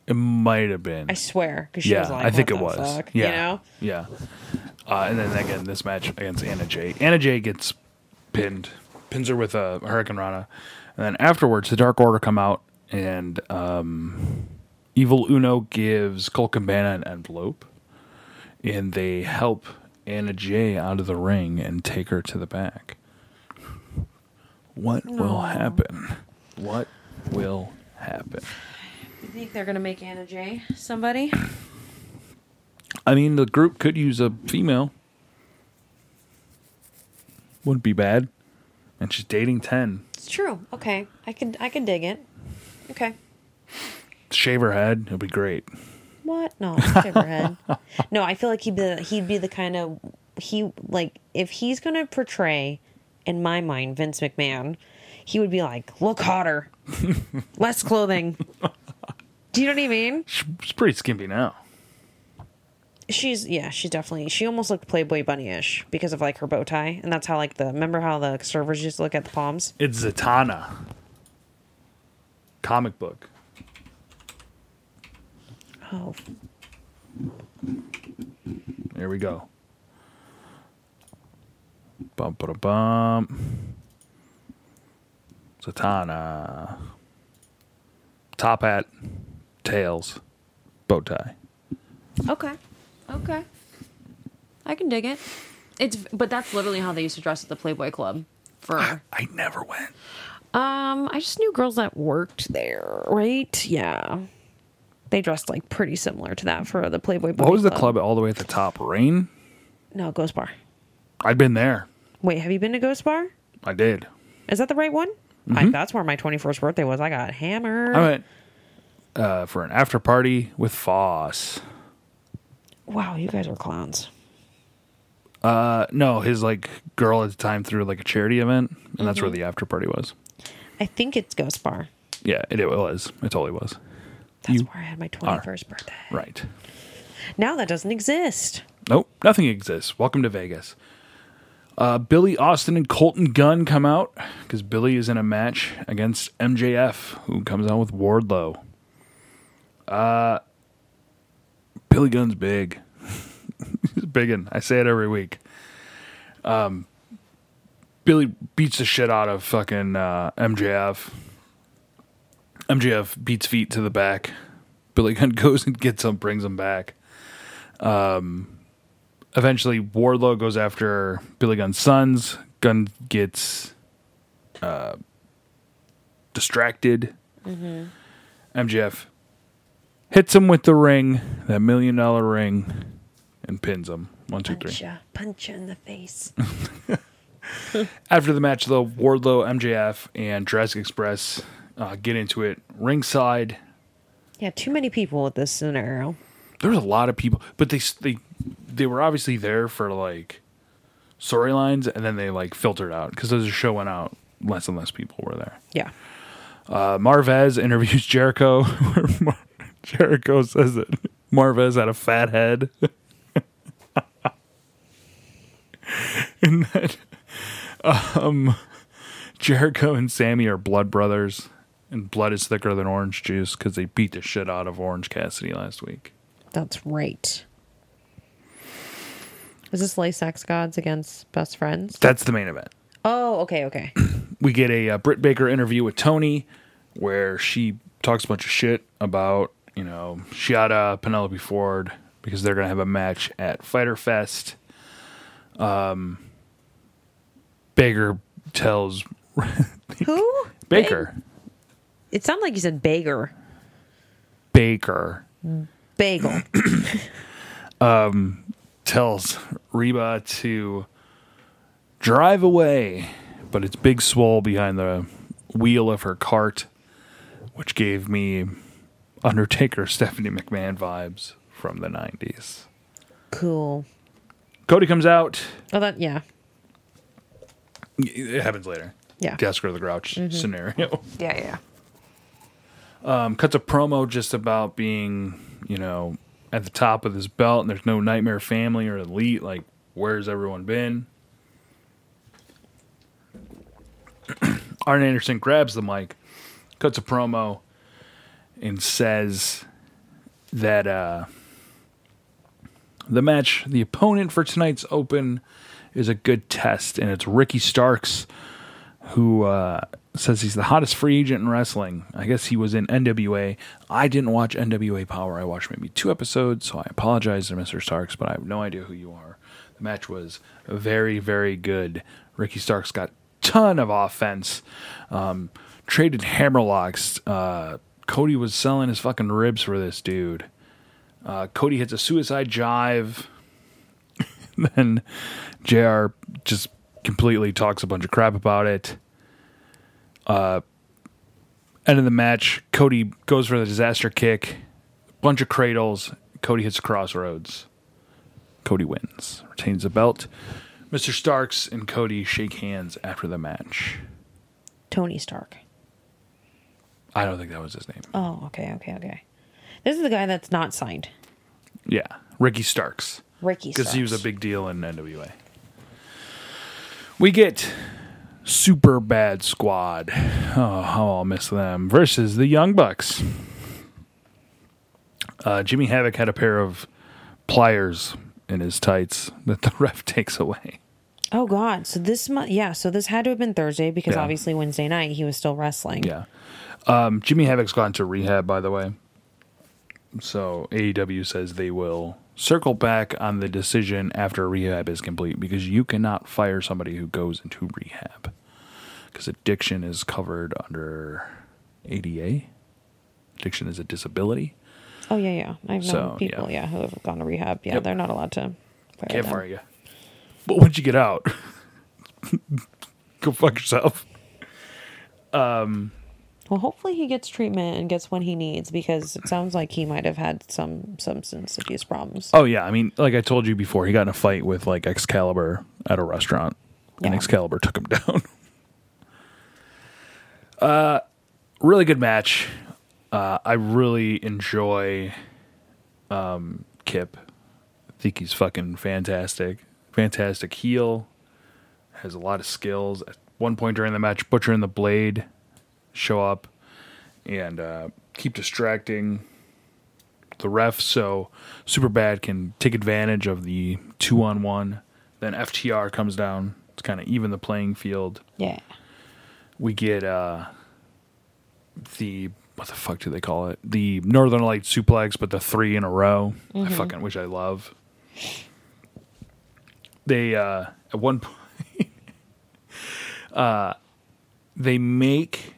It might have been. I swear. Because she yeah, was like, I think it what the was. fuck, yeah, You know? yeah. Uh, and then again, this match against Anna Jay. Anna Jay gets pinned, pins her with a Hurricane Rana, and then afterwards, the Dark Order come out and um, Evil Uno gives Cole Cabana an envelope, and they help Anna Jay out of the ring and take her to the back. What will happen? What will happen? You think they're going to make Anna Jay somebody? I mean, the group could use a female. Wouldn't be bad. And she's dating 10. It's true. Okay. I can I can dig it. Okay. Shave her head. It'll be great. What? No, shave her head. No, I feel like he'd be the, he'd be the kind of he like if he's gonna portray, in my mind, Vince McMahon, he would be like, look hotter, less clothing. Do you know what I mean? She's pretty skimpy now. She's yeah, she's definitely she almost looked Playboy bunny ish because of like her bow tie, and that's how like the remember how the servers used to look at the palms. It's Zatanna. Comic book. Oh, There we go. Bum ba bum. Zatanna. Top hat. Tails. Bow tie. Okay. Okay. I can dig it. It's but that's literally how they used to dress at the Playboy Club for I never went. Um, I just knew girls that worked there, right? Yeah. They dressed like pretty similar to that for the Playboy What was the club all the way at the top? Rain? No, Ghost Bar. I'd been there. Wait, have you been to Ghost Bar? I did. Is that the right one? Mm-hmm. I, that's where my 21st birthday was. I got hammered. I went uh, for an after party with Foss. wow, you guys are clowns. Uh, no, his like girl at the time threw like a charity event, and that's where the after party was. I think it's Ghost Bar. Yeah, it, it was. It totally was. That's You where I had my 21st birthday. Right. Now that doesn't exist. Nope, nothing exists. Welcome to Vegas. Uh, Billy Austin and Colton Gunn come out because Billy is in a match against MJF, who comes out with Wardlow. Uh, Billy Gunn's big. He's biggin'. I say it every week. Um, Billy beats the shit out of fucking uh, MJF. MJF beats feet to the back. Billy Gunn goes and gets him, brings him back Um, eventually Wardlow goes after Billy Gunn's sons. Gunn gets uh, distracted. MJF hits him with the ring, that million dollar ring, and pins him. One, two, three. Punch ya, punch ya in the face. After the match, though, Wardlow, MJF, and Jurassic Express uh, get into it ringside. yeah, too many people with this scenario. There was a lot of people, but they s- they they were obviously there for like storylines, and then they like filtered out because as the show went out, less and less people were there. Yeah. Uh, Marvez interviews Jericho. Where Mar- Jericho says that Marvez had a fat head. and that um, Jericho and Sammy are blood brothers, and blood is thicker than orange juice because they beat the shit out of Orange Cassidy last week. That's right. Is this Laysex Gods against Best Friends? That's the main event. Oh, okay, okay. we get a uh, Britt Baker interview with Tony, where she talks a bunch of shit about you know Shiata, Penelope Ford, because they're gonna have a match at Fighter Fest. Um, Baker tells Who? Baker, It sounded like you said beggar. Baker Bagel. tells Reba to drive away, but it's Big Swole behind the wheel of her cart, which gave me Undertaker Stephanie McMahon vibes from the 90s. cool. Cody comes out. Oh, that, yeah. It happens later. Yeah. Gasker the Grouch scenario. Yeah, yeah. Um, cuts a promo just about being, you know, at the top of this belt and there's no Nightmare Family or Elite. Like, where's everyone been? Arn Anderson grabs the mic, cuts a promo, and says that uh, the match, the opponent for tonight's Open, is a good test, and it's Ricky Starks, who uh, says he's the hottest free agent in wrestling. I guess he was in NWA. I didn't watch NWA Power. I watched maybe two episodes, so I apologize to Mr. Starks, but I have no idea who you are. The match was very, very good. Ricky Starks got ton of offense. Um, traded hammerlocks. Uh, Cody was selling his fucking ribs for this dude. Uh, Cody hits a suicide jive. then JR just completely talks a bunch of crap about it. Uh, end of the match, Cody goes for the disaster kick, bunch of cradles. Cody hits crossroads. Cody wins, retains the belt. Mr. Starks and Cody shake hands after the match. Tony Stark. I don't think that was his name. Oh, okay, okay, okay. This is the guy that's not signed. Yeah, Ricky Starks. Ricky because he was a Starks. big deal in NWA. We get Super Bad Squad. Oh, how I'll miss them versus the Young Bucks. Uh, Jimmy Havoc had a pair of pliers in his tights that the ref takes away. Oh God! So this month, yeah. So this had to have been Thursday because Yeah. obviously Wednesday night he was still wrestling. Yeah. Um, Jimmy Havoc's gone to rehab, by the way. So AEW says they will circle back on the decision after rehab is complete because you cannot fire somebody who goes into rehab because addiction is covered under ADA. Addiction is a disability. Oh yeah, yeah. I've known So, yeah. people, yeah. who have gone to rehab. Yeah, Yep. they're not allowed to. fire Can't them. fire you. But once you get out, go fuck yourself. Well, hopefully he gets treatment and gets what he needs because it sounds like he might have had some substance abuse problems. Oh yeah, I mean, like I told you before, he got in a fight with like Excalibur at a restaurant, and Yeah. Excalibur took him down. uh, really good match. Uh, I really enjoy um, Kip. I think he's fucking fantastic. Fantastic heel. Has a lot of skills. At one point during the match, Butcher and the Blade show up and uh, keep distracting the ref so super bad can take advantage of the two on one then ftr comes down to kind of even the playing field Yeah. we get uh the what the fuck do they call it the northern light suplex but the three in a row i fucking which i love they uh at one point uh they make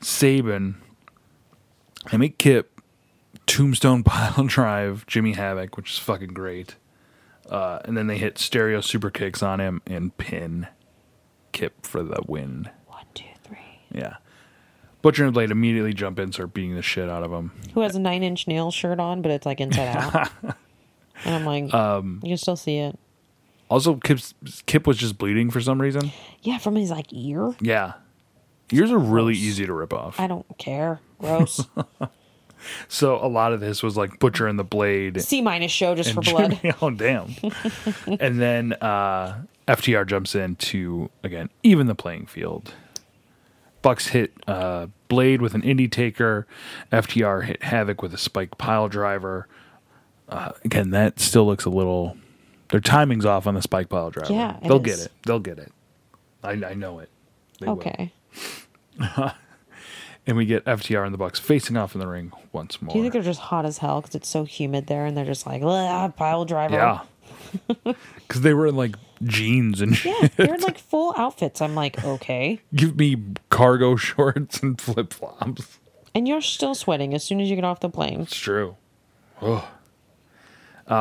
saban they make kip Tombstone Pile Drive, Jimmy Havoc, which is fucking great. Uh, and then they hit stereo super kicks on him and pin Kip for the win. One, two, three. Yeah. Butcher and Blade immediately jump in, start beating the shit out of him. Who has a nine-inch nail shirt on, but it's like inside out. and I'm like, Um, you can still see it. Also, Kip's, Kip was just bleeding for some reason. Yeah, from his like ear. Yeah. Yours are really easy to rip off. I don't care. Gross. So a lot of this was like Butcher and the Blade C minus show just for and blood. Jimmy- oh damn! and then uh, FTR jumps in to again even the playing field. Bucks hit uh, Blade with an indie taker. FTR hit Havoc with a spike pile driver. Uh, again, that still looks a little. Their timing's off on the spike pile driver. Yeah, it they'll is. get it. They'll get it. I, I know it. They will. Okay. And we get FTR and the Bucks facing off in the ring once more. Do you think they're just hot as hell because it's so humid there and they're just like, "Ah, pile driver? yeah, because they were in like jeans and shit. Yeah, they're in like full outfits. I'm like, okay. give me cargo shorts and flip flops. And you're still sweating as soon as you get off the plane. It's true. Uh,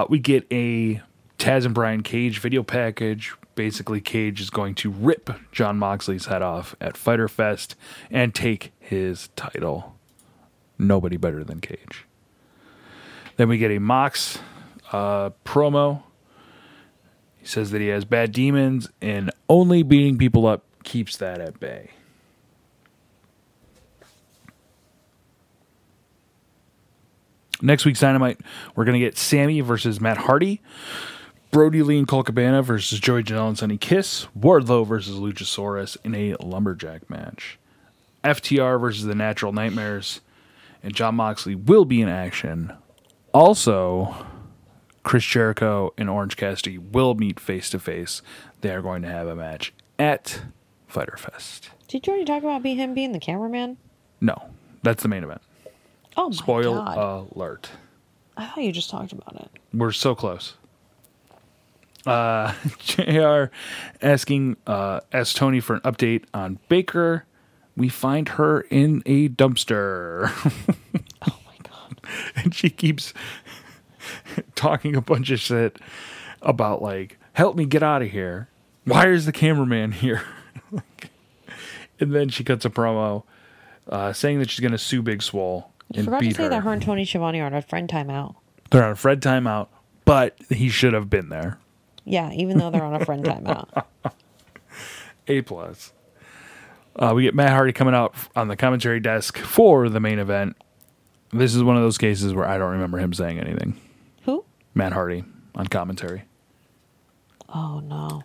we get a Taz and Brian Cage video package. Basically, Cage is going to rip John Moxley's head off at Fighter Fest and take his title. Nobody better than Cage. Then we get a Mox uh, promo. He says that he has bad demons and only beating people up keeps that at bay. Next week's Dynamite, we're going to get Sammy versus Matt Hardy, Brody Lee and Cole Cabana versus Joey Janelle and Sonny Kiss, Wardlow versus Luchasaurus in a lumberjack match, FTR versus the Natural Nightmares, and John Moxley will be in action. Also, Chris Jericho and Orange Cassidy will meet face to face. They are going to have a match at Fighter Fest. Did you already talk about be him being the cameraman? No, that's the main event. Oh my Spoil god! alert. I thought you just talked about it. We're so close. Uh, JR asking uh, asked Tony for an update on Baker. We find her in a dumpster, Oh my god! and she keeps talking a bunch of shit about like, "Help me get out of here." Why is the cameraman here? Like, and then she cuts a promo uh, saying that she's going to sue Big Swole You and forgot to beat say her. that her and Tony Schiavone are on a friend timeout. They're on Fred timeout, but he should have been there. Yeah, even though they're on a friend timeout. A plus. Uh, we get Matt Hardy coming out on the commentary desk for the main event. This is one of those cases where I don't remember him saying anything. Who? Matt Hardy on commentary. Oh no!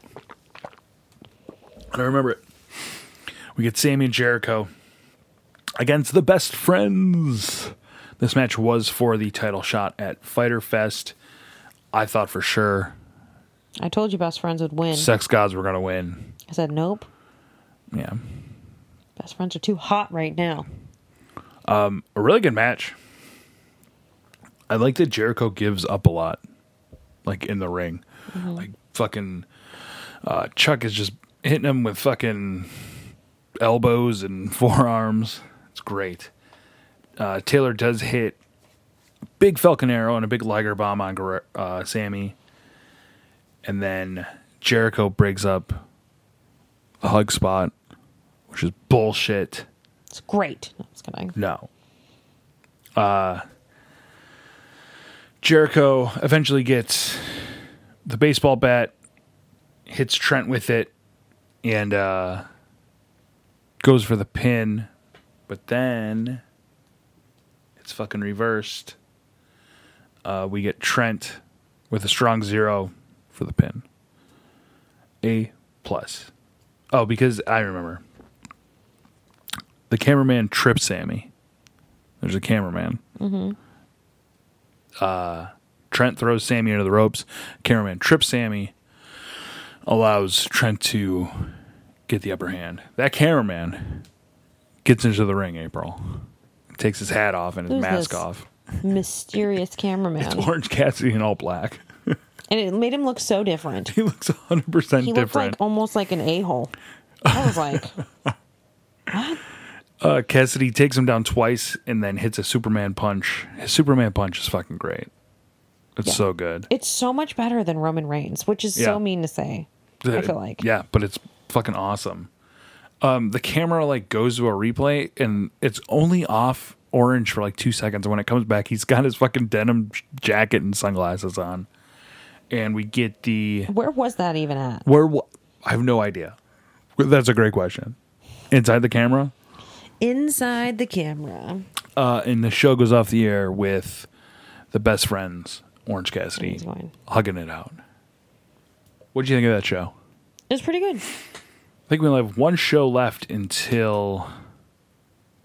I don't remember it. We get Sammy and Jericho against the best friends. This match was for the title shot at Fighter Fest. I thought for sure I told you best friends would win. Sex Gods were going to win. I said nope. Yeah. Best friends are too hot right now. a really good match. I like that Jericho gives up a lot, like in the ring. Like fucking uh, Chuck is just hitting him with fucking elbows and forearms. It's great. Uh, Taylor does hit big Falcon Arrow and a big Liger Bomb on Guerre- uh, Sammy, and then Jericho breaks up the hug spot, which is bullshit. It's great. No, I'm just kidding. No. Uh, Jericho eventually gets the baseball bat, hits Trent with it, and uh, goes for the pin, but then it's fucking reversed. Uh, we get Trent with a strong zero for the pin. A plus. Oh, because I remember. The cameraman trips Sammy. There's a cameraman. Mm-hmm. Uh, Trent throws Sammy into the ropes. Cameraman trips Sammy, allows Trent to get the upper hand. That cameraman gets into the ring, April. Takes his hat off and his Who's mask this? Oh. off. Mysterious cameraman, Orange Cassidy in all black. and it made him look so different. He looks 100% He looked like different. almost like an a hole. I was like, uh, Cassidy takes him down twice and then hits a Superman punch. His Superman punch is fucking great. It's Yeah. so good. it's so much better than Roman Reigns, which is Yeah. so mean to say. I feel like. Yeah, but it's fucking awesome. Um, the camera like goes to a replay and it's only off orange for like two seconds. And when it comes back, he's got his fucking denim j- jacket and sunglasses on. And we get the Where was that even at? where wa- I have no idea. That's a great question. Inside the camera, Inside the camera. Uh, and the show goes off the air with the best friends, Orange Cassidy, That's fine. hugging it out. What do you think of that show? It's pretty good. I think we only have one show left until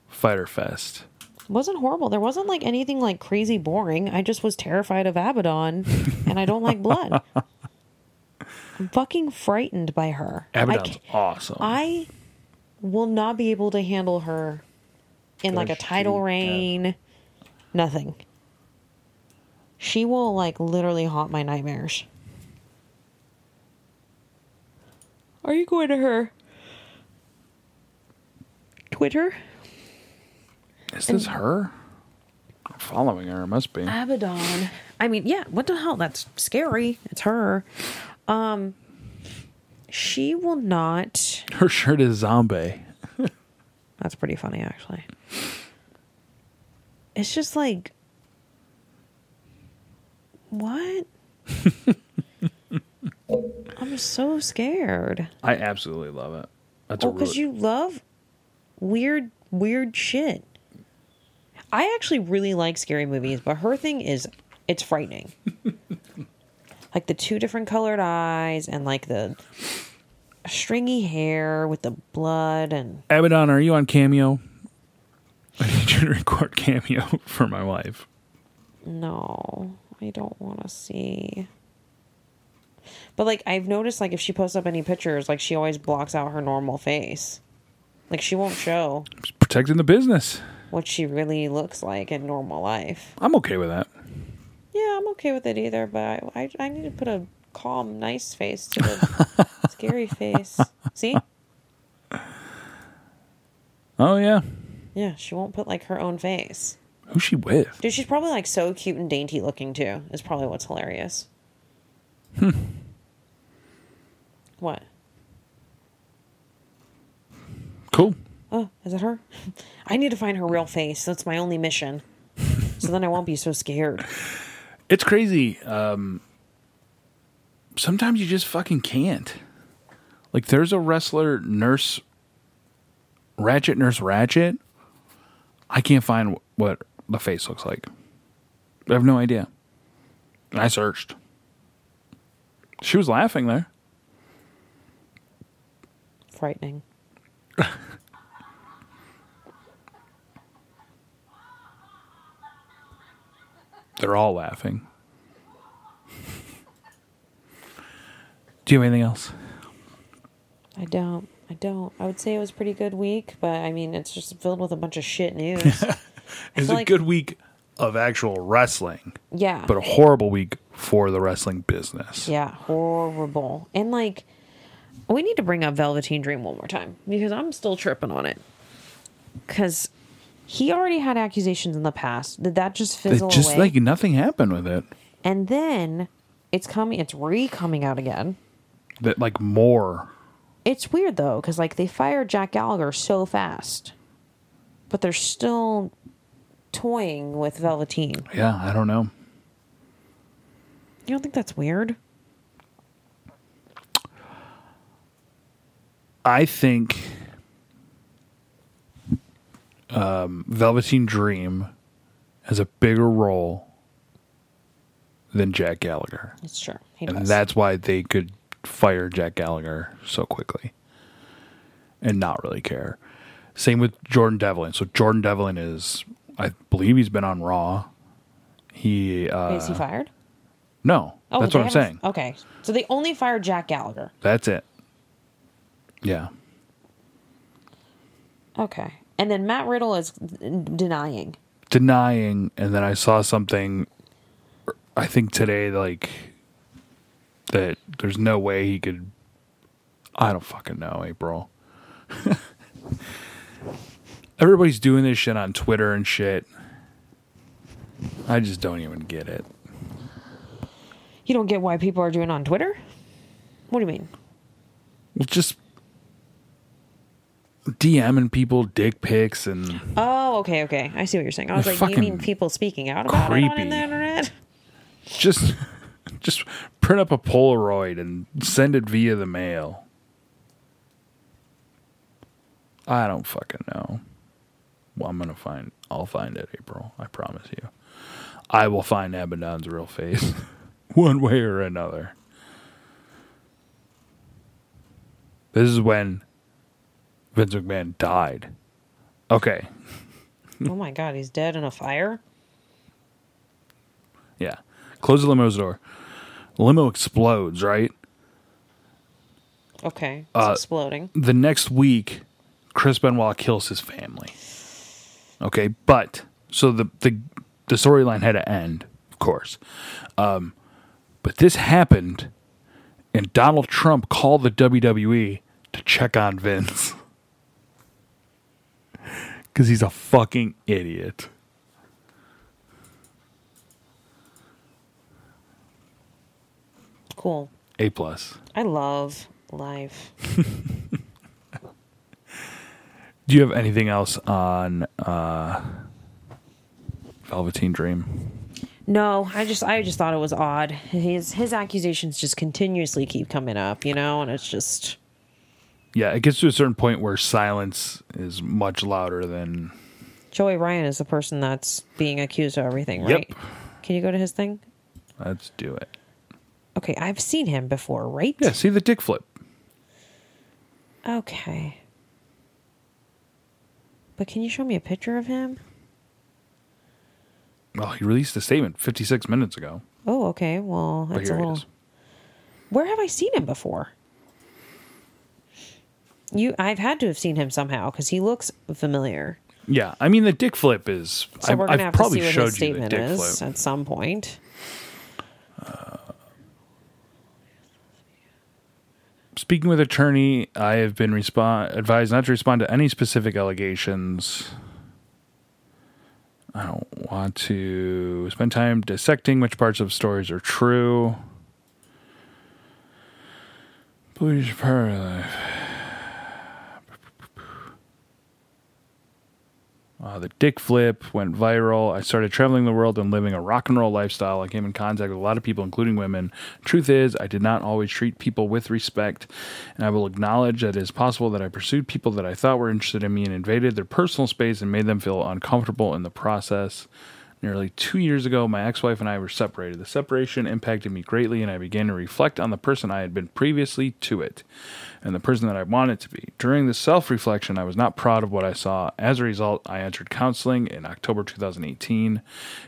Fighter Fest. wasn't horrible. There wasn't like anything like crazy boring. I just was terrified of Abaddon, and I don't like blood. I'm fucking frightened by her. I Abaddon's ca- awesome. I will not be able to handle her in like a Does she tidal have- rain. Nothing. She will like literally haunt my nightmares. Are you going to her Twitter? Is this her? I'm following her. It must be. Abaddon. I mean, yeah, what the hell? That's scary. It's her. Um she will not Her shirt is zombie. That's pretty funny actually. It's just like what? I'm so scared. I absolutely love it. That's Oh, a really, because you love weird, weird shit. I actually really like scary movies, but her thing is it's frightening. like the two different colored eyes and like the stringy hair with the blood and Abaddon, are you on Cameo? I need you to record Cameo for my wife. no, I don't want to see. But like I've noticed like if she posts up any pictures, like she always blocks out her normal face. Like she won't show She's protecting the business. what she really looks like in normal life. I'm okay with that. Yeah, I'm okay with it either, but I, I, I need to put a calm, nice face to the scary face. See? Oh yeah. Yeah, she won't put like her own face. Who's she with? Dude, she's probably like so cute and dainty looking too, is probably what's hilarious. what? Cool. Oh, is it her? I need to find her real face. That's my only mission. So then I won't be so scared. It's crazy. Um, sometimes you just fucking can't. Like, there's a wrestler, Nurse Ratchet, Nurse Ratchet. I can't find wh- what the face looks like. I have no idea. And I searched. She was laughing there. Frightening. They're all laughing. Do you have anything else? I don't. I don't. I would say it was a pretty good week, but I mean, it's just filled with a bunch of shit news. It's feel a like- good week of actual wrestling, yeah. but a horrible week for the wrestling business. Yeah, horrible. And like, we need to bring up Velveteen Dream one more time because I'm still tripping on it. Because he already had accusations in the past. Did that just It fizzle just away? like nothing happened with it. and then it's coming. It's re coming out again. That like more. It's weird though, because like they fired Jack Gallagher so fast, but they're still toying with Velveteen. Yeah, I don't know. You don't think that's weird? I think um, Velveteen Dream has a bigger role than Jack Gallagher, It's sure he and does. that's why they could fire Jack Gallagher so quickly and not really care. Same with Jordan Devlin. So Jordan Devlin is, I believe, he's been on Raw. He uh, Is he fired? Oh, no, that's they what I'm haven't- saying. Okay, so they only fired Jack Gallagher. That's it. Yeah. Okay. And then Matt Riddle is denying. Denying, and then I saw something, I think today, like, that there's no way he could. I don't fucking know, April. Everybody's doing this shit on Twitter and shit. I just don't even get it. You don't get why people are doing it on Twitter? What do you mean? Well, just DMing people dick pics and. Oh, okay, okay. I see what you're saying. I was They're like, you mean fucking people speaking out about it creepy. on the internet? just just print up a polaroid and send it via the mail i don't fucking know Well, I'm gonna find. I'll find it, April. I promise you. I will find Abaddon's real face, one way or another. This is when Vince McMahon died. Okay. oh my god, he's dead in a fire? Yeah. Close the limo's door. Limo explodes, right? Okay. It's Uh, exploding. The next week, Chris Benoit kills his family. Okay, but so the the the storyline had to end, of course. Um, but this happened, and Donald Trump called the WWE to check on Vince because he's a fucking idiot. Cool. A plus. I love life. Do you have anything else on uh, Velveteen Dream? No, I just I just thought it was odd. His his accusations just continuously keep coming up, you know, and it's just Yeah, it gets to a certain point where silence is much louder than Joey Ryan is the person that's being accused of everything, Yep. right? Can you go to his thing? let's do it. Okay, I've seen him before, right? Yeah, see the dick flip. Okay. But can you show me a picture of him? Well, he released a statement 56 minutes ago. Oh, okay. Well, But that's a here it little. is. Where have I seen him before? You, I've had to have seen him somehow because he looks familiar. Yeah, I mean the dick flip is. So I, we're I've gonna have to probably see what showed his you the statement dick is flip. at some point. Speaking with attorney, I have been respond advised not to respond to any specific allegations. I don't want to spend time dissecting which parts of stories are true. Police part of life. Uh, the dick flip went viral. I started traveling the world and living a rock and roll lifestyle. I came in contact with a lot of people, including women. Truth is, I did not always treat people with respect, and I will acknowledge that it is possible that I pursued people that I thought were interested in me and invaded their personal space and made them feel uncomfortable in the process. Nearly two years ago, my ex wife and I were separated. The separation impacted me greatly, and I began to reflect on the person I had been previously to it and the person that I wanted to be. During this self reflection, I was not proud of what I saw. As a result, I entered counseling in October 2018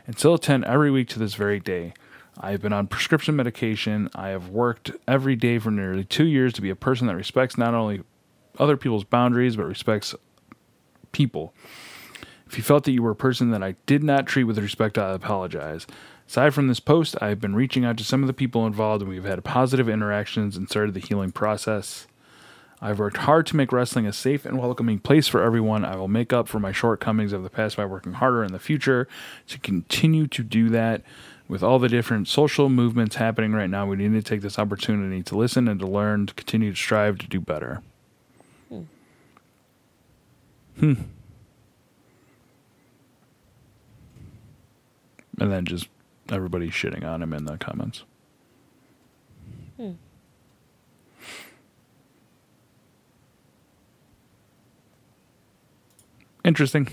and still attend every week to this very day. I have been on prescription medication. I have worked every day for nearly two years to be a person that respects not only other people's boundaries, but respects people. If you felt that you were a person that I did not treat with respect, I apologize. Aside from this post, I have been reaching out to some of the people involved and we've had positive interactions and started the healing process. I've worked hard to make wrestling a safe and welcoming place for everyone. I will make up for my shortcomings of the past by working harder in the future to continue to do that. With all the different social movements happening right now, we need to take this opportunity to listen and to learn, to continue to strive to do better. Hmm. And then just everybody shitting on him in the comments. Interesting.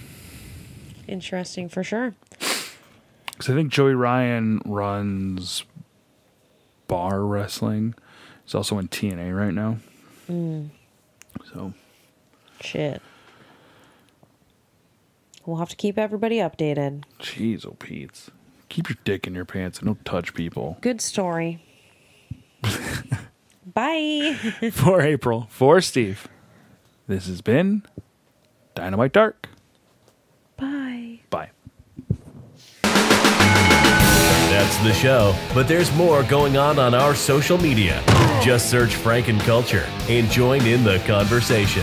Interesting for sure. Because I think Joey Ryan runs bar wrestling. He's also in TNA right now. Mm. So Shit. We'll have to keep everybody updated. Jeez, oh Pete's. Keep your dick in your pants and don't touch people. Good story. Bye. for April, for Steve, this has been Dynamite Dark. Bye. Bye. That's the show, but there's more going on on our social media. Just search Franken Culture and join in the conversation.